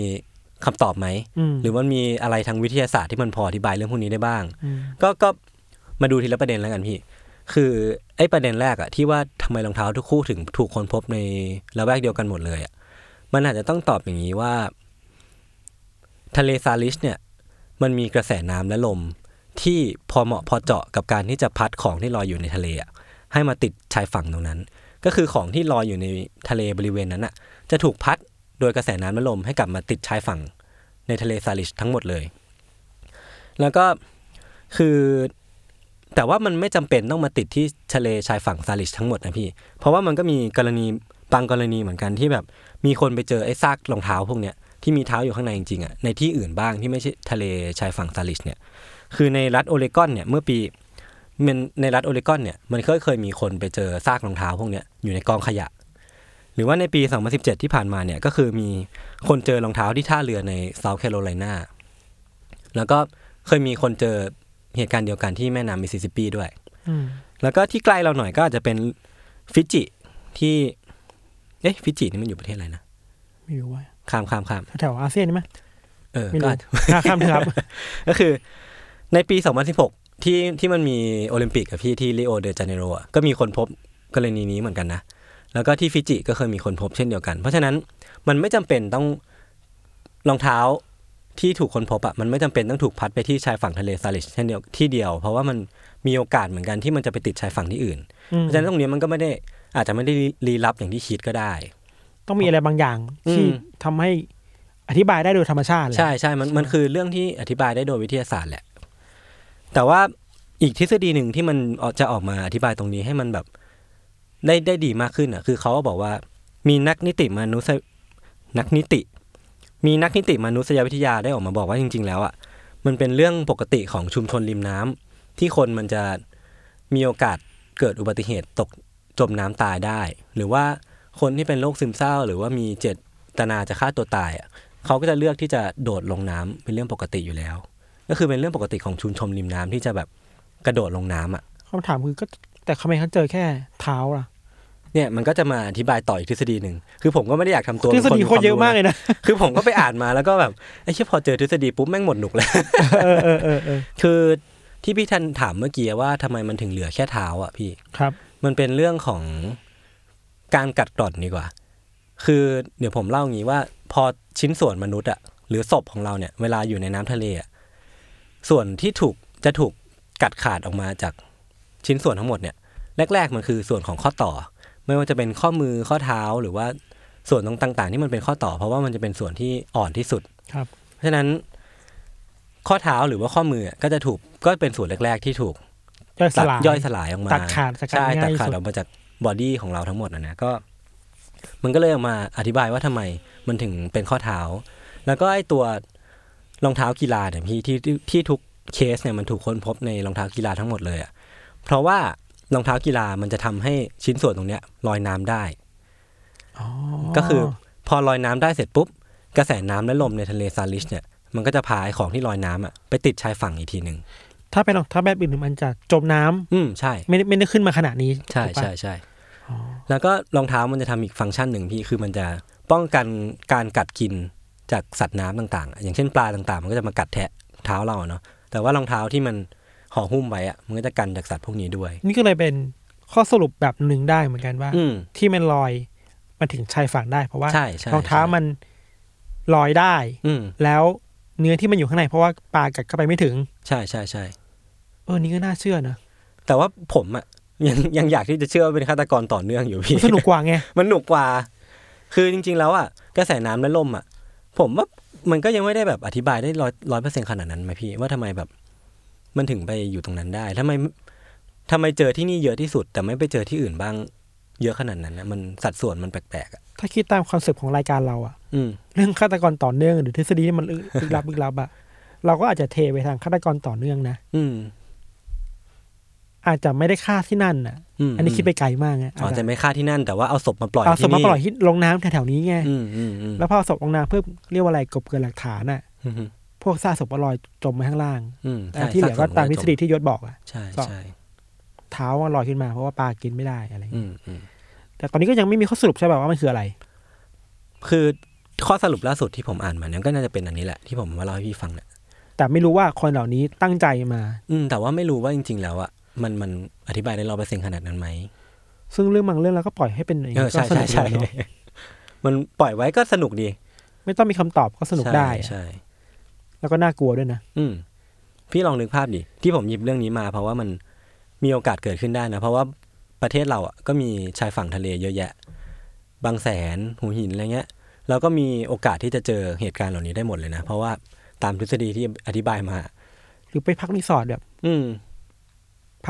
S2: คำตอบไหม
S3: อืม
S2: หรือมันมีอะไรทางวิทยาศาสตร์ที่มันพออธิบายเรื่องพวกนี้ได้บ้าง
S3: อืม
S2: ก็ก็มาดูทีละประเด็นแล้วกันพี่ คือไอ้ประเด็นแรกอะที่ว่าทำไมรองเท้าทุกคู่ถึงถูกคนพบในละแวกเดียวกันหมดเลยอะมันอาจจะต้องตอบอย่างนี้ว่า ทะเลซาลิชเนี่ย มันมีกระแสน้ำและลม ที่พอเหมาะพอเจาะกับการที่จะพัดของที่ลอยอยู่ในทะเลอะให้มาติดชายฝั่งตรงนั้น ก็คือของที่ลอยอยู่ในทะเลบริเวณนั้นอะจะถูกพัดโดยกระแสน้ำและลมให้กลับมาติดชายฝั่งในทะเลซาลิชทั้งหมดเลย แล้วก็ คือแต่ว่ามันไม่จำเป็นต้องมาติดที่ทะเลชายฝั่งซาลิชทั้งหมดนะพี่ เพราะว่ามันก็มีกรณีบางกรณีเหมือนกันที่แบบ มีคนไปเจอไอ้ซากรองเท้าพวกเนี้ยที่มีเท้าอยู่ข้างในจริงๆอ่ะในที่อื่นบ้างที่ไม่ใช่ทะเลชายฝั่งซาลิชเนี่ย คือในรัฐโอเรกอนเนี่ยเมื่อปีมันในรัฐโอเรกอนเนี่ยมันเคยเคยมีคนไปเจอซากรองเท้าพวกเนี้ยอยู่ในกองขยะ หรือว่าในปี 2017 ที่ผ่านมาเนี่ยก็คือมีคนเจอรองเท้าที่ท่าเรือในเซาท์แคโรไลนาแล้วก็เคยมีคนเจอ เหตุการณ์เดียวกันที่แม่น้ำมิสซิสซิปปีด้วย
S3: อืม
S2: แล้วก็ที่ใกล้เราหน่อยก็อาจจะเป็นฟิจิที่ เอ๊ะฟิจินี่มันอยู่ประเทศอะไรนะ
S3: ไม่รู้ว่า
S2: ข้ามข้ามข้าม
S3: แถวๆอาเซียนใช่ไหม
S2: เออ
S3: ไม่
S2: ก็
S3: รู้
S2: อาจจะ
S3: อ่ะข้ามเถอะครับ
S2: ก็คือในปี 2016 ที่ที่มันมีโอลิมปิกกับพี่ที่ริโอเดจาเนโรอะก็มีคนพบกรณีนี้เหมือนกันนะ แล้วก็ที่ฟิจิก็เคยมีคนพบเช่นเดียวกัน เพราะฉะนั้นมันไม่จำเป็นต้องรองเท้าที่ถูกคนพบอะมันไม่จำเป็นต้องถูกพัดไปที่ชายฝั่งทะเลซาลิชเช่นเดียวที่เดียว เพราะว่ามันมีโอกาสเหมือนกันที่มันจะไปติดชายฝั่งที่อื่น
S3: อืม
S2: เพราะฉะนั้นตรงนี้มันก็ไม่ได้อาจจะไม่ได้ลี้ลับอย่างที่คิดก็ได้
S3: ต้องมีอะไรบางอย่างที่
S2: อืม
S3: ทำให้อธิบายได้โดยธรรมชาติแหละ
S2: ใช่ใช่มันมันคือเรื่องที่อธิบายได้โดยวิทยาศาสตร์แหละ แต่ว่าอีกทฤษฎีหนึ่งที่มันออกจะออกมาอธิบายตรงนี้ให้มันแบบได้ได้ดีมากขึ้นอ่ะ คือเขาก็บอกว่ามีนักนิติมนุษยนักนิติ มีนักนิติมนุษยวิทยาได้ออกมาบอกว่าจริง ๆ แล้วอ่ะมันเป็นเรื่องปกติของชุมชนริมน้ำที่คนมันจะมีโอกาสเกิดอุบัติเหตุตกจมน้ำตายได้ หรือว่าคนที่เป็นโรคซึมเศร้า หรือว่ามีเจตนาจะฆ่าตัวตายอ่ะ เขาก็จะเลือกที่จะโดดลงน้ำเป็นเรื่องปกติอยู่แล้ว ก็คือเป็นเรื่องปกติของชุมชนริมน้ำที่จะแบบกระโดดลงน้ำอ่ะ
S3: คำถามคือก็แต่ทำไมเขาเจอแค่เท้าล่ะ
S2: เนี่ยมันก็จะมาอธิบายต่ออีกทฤษฎีหนึ่ง คือผมก็ไม่ได้อยากทำตัว
S3: ทฤ
S2: ป็
S3: ษฎีโคตรเยอะมากเลยนะ
S2: คือผมก็ไปอ่านมาแล้วก็แบบไอ้เชี่ยพอเจอทฤษฎีปุ๊บแม่งหมดหนุกเลย
S3: เออเออเออเออ
S2: คือที่พี่ทันถามเมื่อกี้ว่าทำไมมันถึงเหลือแค่เท้าอ่ะพี่
S3: ครับ
S2: มันเป็นเรื่องของการกัดกร่อนดีกว่า คือเดี๋ยวผมเล่าอย่างนี้ว่า พอชิ้นส่วนมนุษย์อะ หรือศพของเราเนี่ย เวลาอยู่ในน้ำทะเลอะส่วนที่ถูกจะถูกกัดขาดออกมาจากชิ้นส่วนทั้งหมดเนี่ย แรก ๆ มันคือส่วนของข้อต่อ ไม่ว่าจะเป็นข้อมือข้อเท้าหรือว่าส่วนตรงต่าง ๆ ที่มันเป็นข้อต่อ เพราะว่ามันจะเป็นส่วนที่อ่อนที่สุด
S3: ครับ
S2: เพราะฉะนั้นข้อเท้าหรือว่าข้อมือก็จะถูกก็เป็นส่วนแรก ๆ ที่ถูก
S3: ย่อยส
S2: ตัด
S3: ลาย
S2: ย่อยสลายออกมา
S3: ตัดขาดสกัด
S2: ใช่
S3: ง่าย
S2: ตัด
S3: ที่
S2: ขาด
S3: สุด
S2: ออกมาจากบอดี้ของเราทั้งหมดนะนะก็ มันก็เลยเอามาอธิบายว่าทำไมมันถึงเป็นข้อเท้า แล้วก็ไอตัวรองเท้ากีฬาเนี่ยพี่ที่ที่ที่ทุกเคสเนี่ยมันถูกค้นพบในรองเท้ากีฬาทั้งหมดเลยอะเพราะว่ารองเท้ากีฬามันจะทำให้ชิ้นส่วนตรงเนี้ยลอยน้ำได้ ก็คือพอลอยน้ำได้เสร็จปุ๊บ กระแสน้ำและลมในทะเลซาลิชเนี่ยมันก็จะพาไอ้ของที่ลอยน้ำอะไปติดชายฝั่งอีกทีหนึ่ง
S3: ถ้าเป็นรองเท้าแบบอื่นมันจะจมน้ำ
S2: อืมใช่
S3: ไม่ได้ไม่ได้ขึ้นมาขนาดนี้
S2: ใช่
S3: ถูกปะ
S2: ใช่ใช่ แล้วก็รองเท้ามันจะทำอีกฟังก์ชันหนึ่งพี่คือมันจะป้องกันการกัดกินจากสัตว์น้ำต่างๆ อย่างเช่นปลาต่างๆ มันก็จะมากัดแทะเท้าเราอะเนาะแต่ว่ารองเท้าที่มันห่อหุ้มไว้อะมันก็จะกันจากสัตว์พวกนี้ด้วย
S3: นี่ก็เลยเป็นข้อสรุปแบบหนึ่งได้เหมือนกันว่า
S2: อืม
S3: ที่มันลอยมันถึงชายฝั่งได้ เพราะว่า
S2: ใช่ใช่
S3: รองเท้า
S2: ใช่
S3: มันลอยได้
S2: อืม
S3: แล้วเนื้อที่มันอยู่ข้างในเพราะว่าปลากัดเข้าไปไม่ถึง
S2: ใช่ใช่ใช่
S3: เออนี่ก็น่าเชื่อนะ
S2: แต่ว่าผมอะยัง ยังอยากที่จะเชื่อว่าเป็นฆาตกรต่อเนื่องอยู่พี่
S3: มันสนุกกว่าไง
S2: มันหนุกกว่า คือจริง ๆ แล้วอ่ะกระแสน้ำและลมอ่ะ ผมว่ามันก็ยังไม่ได้แบบอธิบายได้ร้อยร้อยเปอร์เซ็นขนาดนั้นไหมพี่ ว่าทำไมแบบ มันถึงไปอยู่ตรงนั้นได้ทำไมทำไมเจอที่นี่เยอะที่สุด แต่ไม่ไปเจอที่อื่นบ้าง เยอะขนาดนั้นนะมันสัดส่วนมันแปลกๆอ่ะ
S3: ถ้าคิดตามคอนเซปต์ของรายการเราอะ
S2: อืม
S3: เรื่องฆาตกรต่อเนื่องหรือทฤษฎีที่มันลึกลึกลับลึกลับอะเราก็อาจจะเทไปทางฆาตกรต่อเนื่องนะ
S2: อืม
S3: อาจจะไม่ได้ฆ่าที่นั่นอะ
S2: ม
S3: อันนี้คิดไปไกลมากไง
S2: อ๋อ
S3: อาจ
S2: แต่
S3: จะ
S2: ไม่ฆ่าที่นั่น แต่ว่าเอาศพมาปล่อย
S3: เอาศ
S2: ที่
S3: พมา
S2: นี่
S3: ปล่อยที่ลงน้ำแถวๆนี้ไง
S2: อืมอืมอืม
S3: แล้วพอศพลงน้ำเพื่อเรียกว่าอะไรกลบเกินหลักฐานอะ
S2: อืม
S3: พวกซากศพก็ลอยจมไปข้างล่าง
S2: อืม
S3: แต่ที่เหลือก็ตามทฤษฎีที่ยศบอกอะ
S2: ใช่ใช่
S3: เท้ามันลอยขึ้นมาเพราะว่าปลากินไม่ได้อะไรอย่าง
S2: อื
S3: เงี้
S2: ม
S3: ย
S2: อืม
S3: แต่ตอนนี้ก็ยังไม่มีข้อสรุปใช่ป่ะว่ามันคืออะไร
S2: คือข้อสรุปล่าสุดที่ผมอ่านมาเนี่ยก็น่าจะเป็นอันนี้แหละที่ผมมาเล่าให้พี่ฟังเนี่ย
S3: แต่ไม่รู้ว่าคนเหล่านี้ตั้งใจมา
S2: อืมแต่ว่าไม่รู้ว่าจริง ๆ แล้วอ่ะมันมันอธิบายได้ร้อยเปอร์เซ็นขนาดนั้นไหม
S3: ซึ่งเรื่องบางเรื่องเราก็ปล่อยให้เป็นอย่าง
S2: เอ
S3: นี้
S2: อ
S3: ก็
S2: ใช่
S3: สนุ
S2: ใช่
S3: ก
S2: ใช่
S3: ดีเนาะ
S2: มันปล่อยไว้ก็สนุกดี
S3: ไม่ต้องมีคำตอบก็สนุกได้อะ
S2: ใช่ใช่
S3: แล้วก็น่ากลัวด้วยนะ
S2: อืมพี่ลองนึกภาพดิที่ผมหยิบเรื่องนี้มา เพราะว่ามันมีโอกาสเกิดขึ้นได้นะเพราะว่าประเทศเราอ่ะก็มีชายฝั่งทะเลเยอะแยะ บางแสนหูหินอะไรเงี้ยเราก็มีโอกาสที่จะเจอเหตุการณ์เหล่านี้ได้หมดเลยนะ เพราะว่าตามทฤษฎีที่อธิบายมา
S3: หรือไปพักรีสอร์ทแบบ
S2: อืม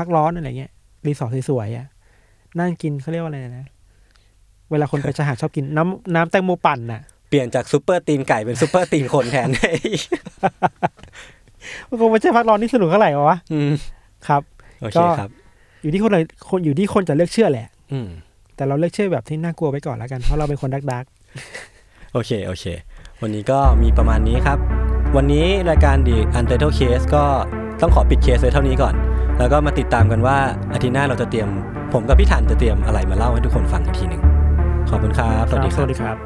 S3: พักร้อนอะไรเงี้ย รีสอร์ทสวยๆอ่ะ นั่งกินเขาเรียกว่าอะไรนะ เวลาคนไปชายหาดชอบกินน้ำน้ำแตงโมปั่นน่ะ
S2: เปลี่ยนจากซูเปอร์ตีนไก่เป็นซูเปอร์ตีนคนแทน
S3: มันคงไม่ใช่พักร้อนที่สนุกเท่าไหร่หรอวะ
S2: อืม
S3: ครับ
S2: โอเคครับ
S3: อยู่ที่คนเลยคนอยู่ที่คนจะเลือกเชื่อแหละ
S2: อืม
S3: แต่เราเลือกเชื่อแบบที่น่ากลัวไปก่อนแล้วกัน เพราะเราเป็นคนดักดัก
S2: โอเค โอเค วันนี้ก็มีประมาณนี้ครับ วันนี้รายการ The Untitled Case ก็ต้องขอปิดเคสไว้เท่านี้ก่อน แล้วก็มาติดตามกันว่าอาทิตย์หน้าเราจะเตรียม ผมกับพี่ธันจะเตรียมอะไรมาเล่าให้ทุกคนฟังอีกทีหนึ่งขอบคุณครับ
S3: ๆ
S2: สวัสดีค
S3: ส
S2: รับ
S3: วัสดีครับ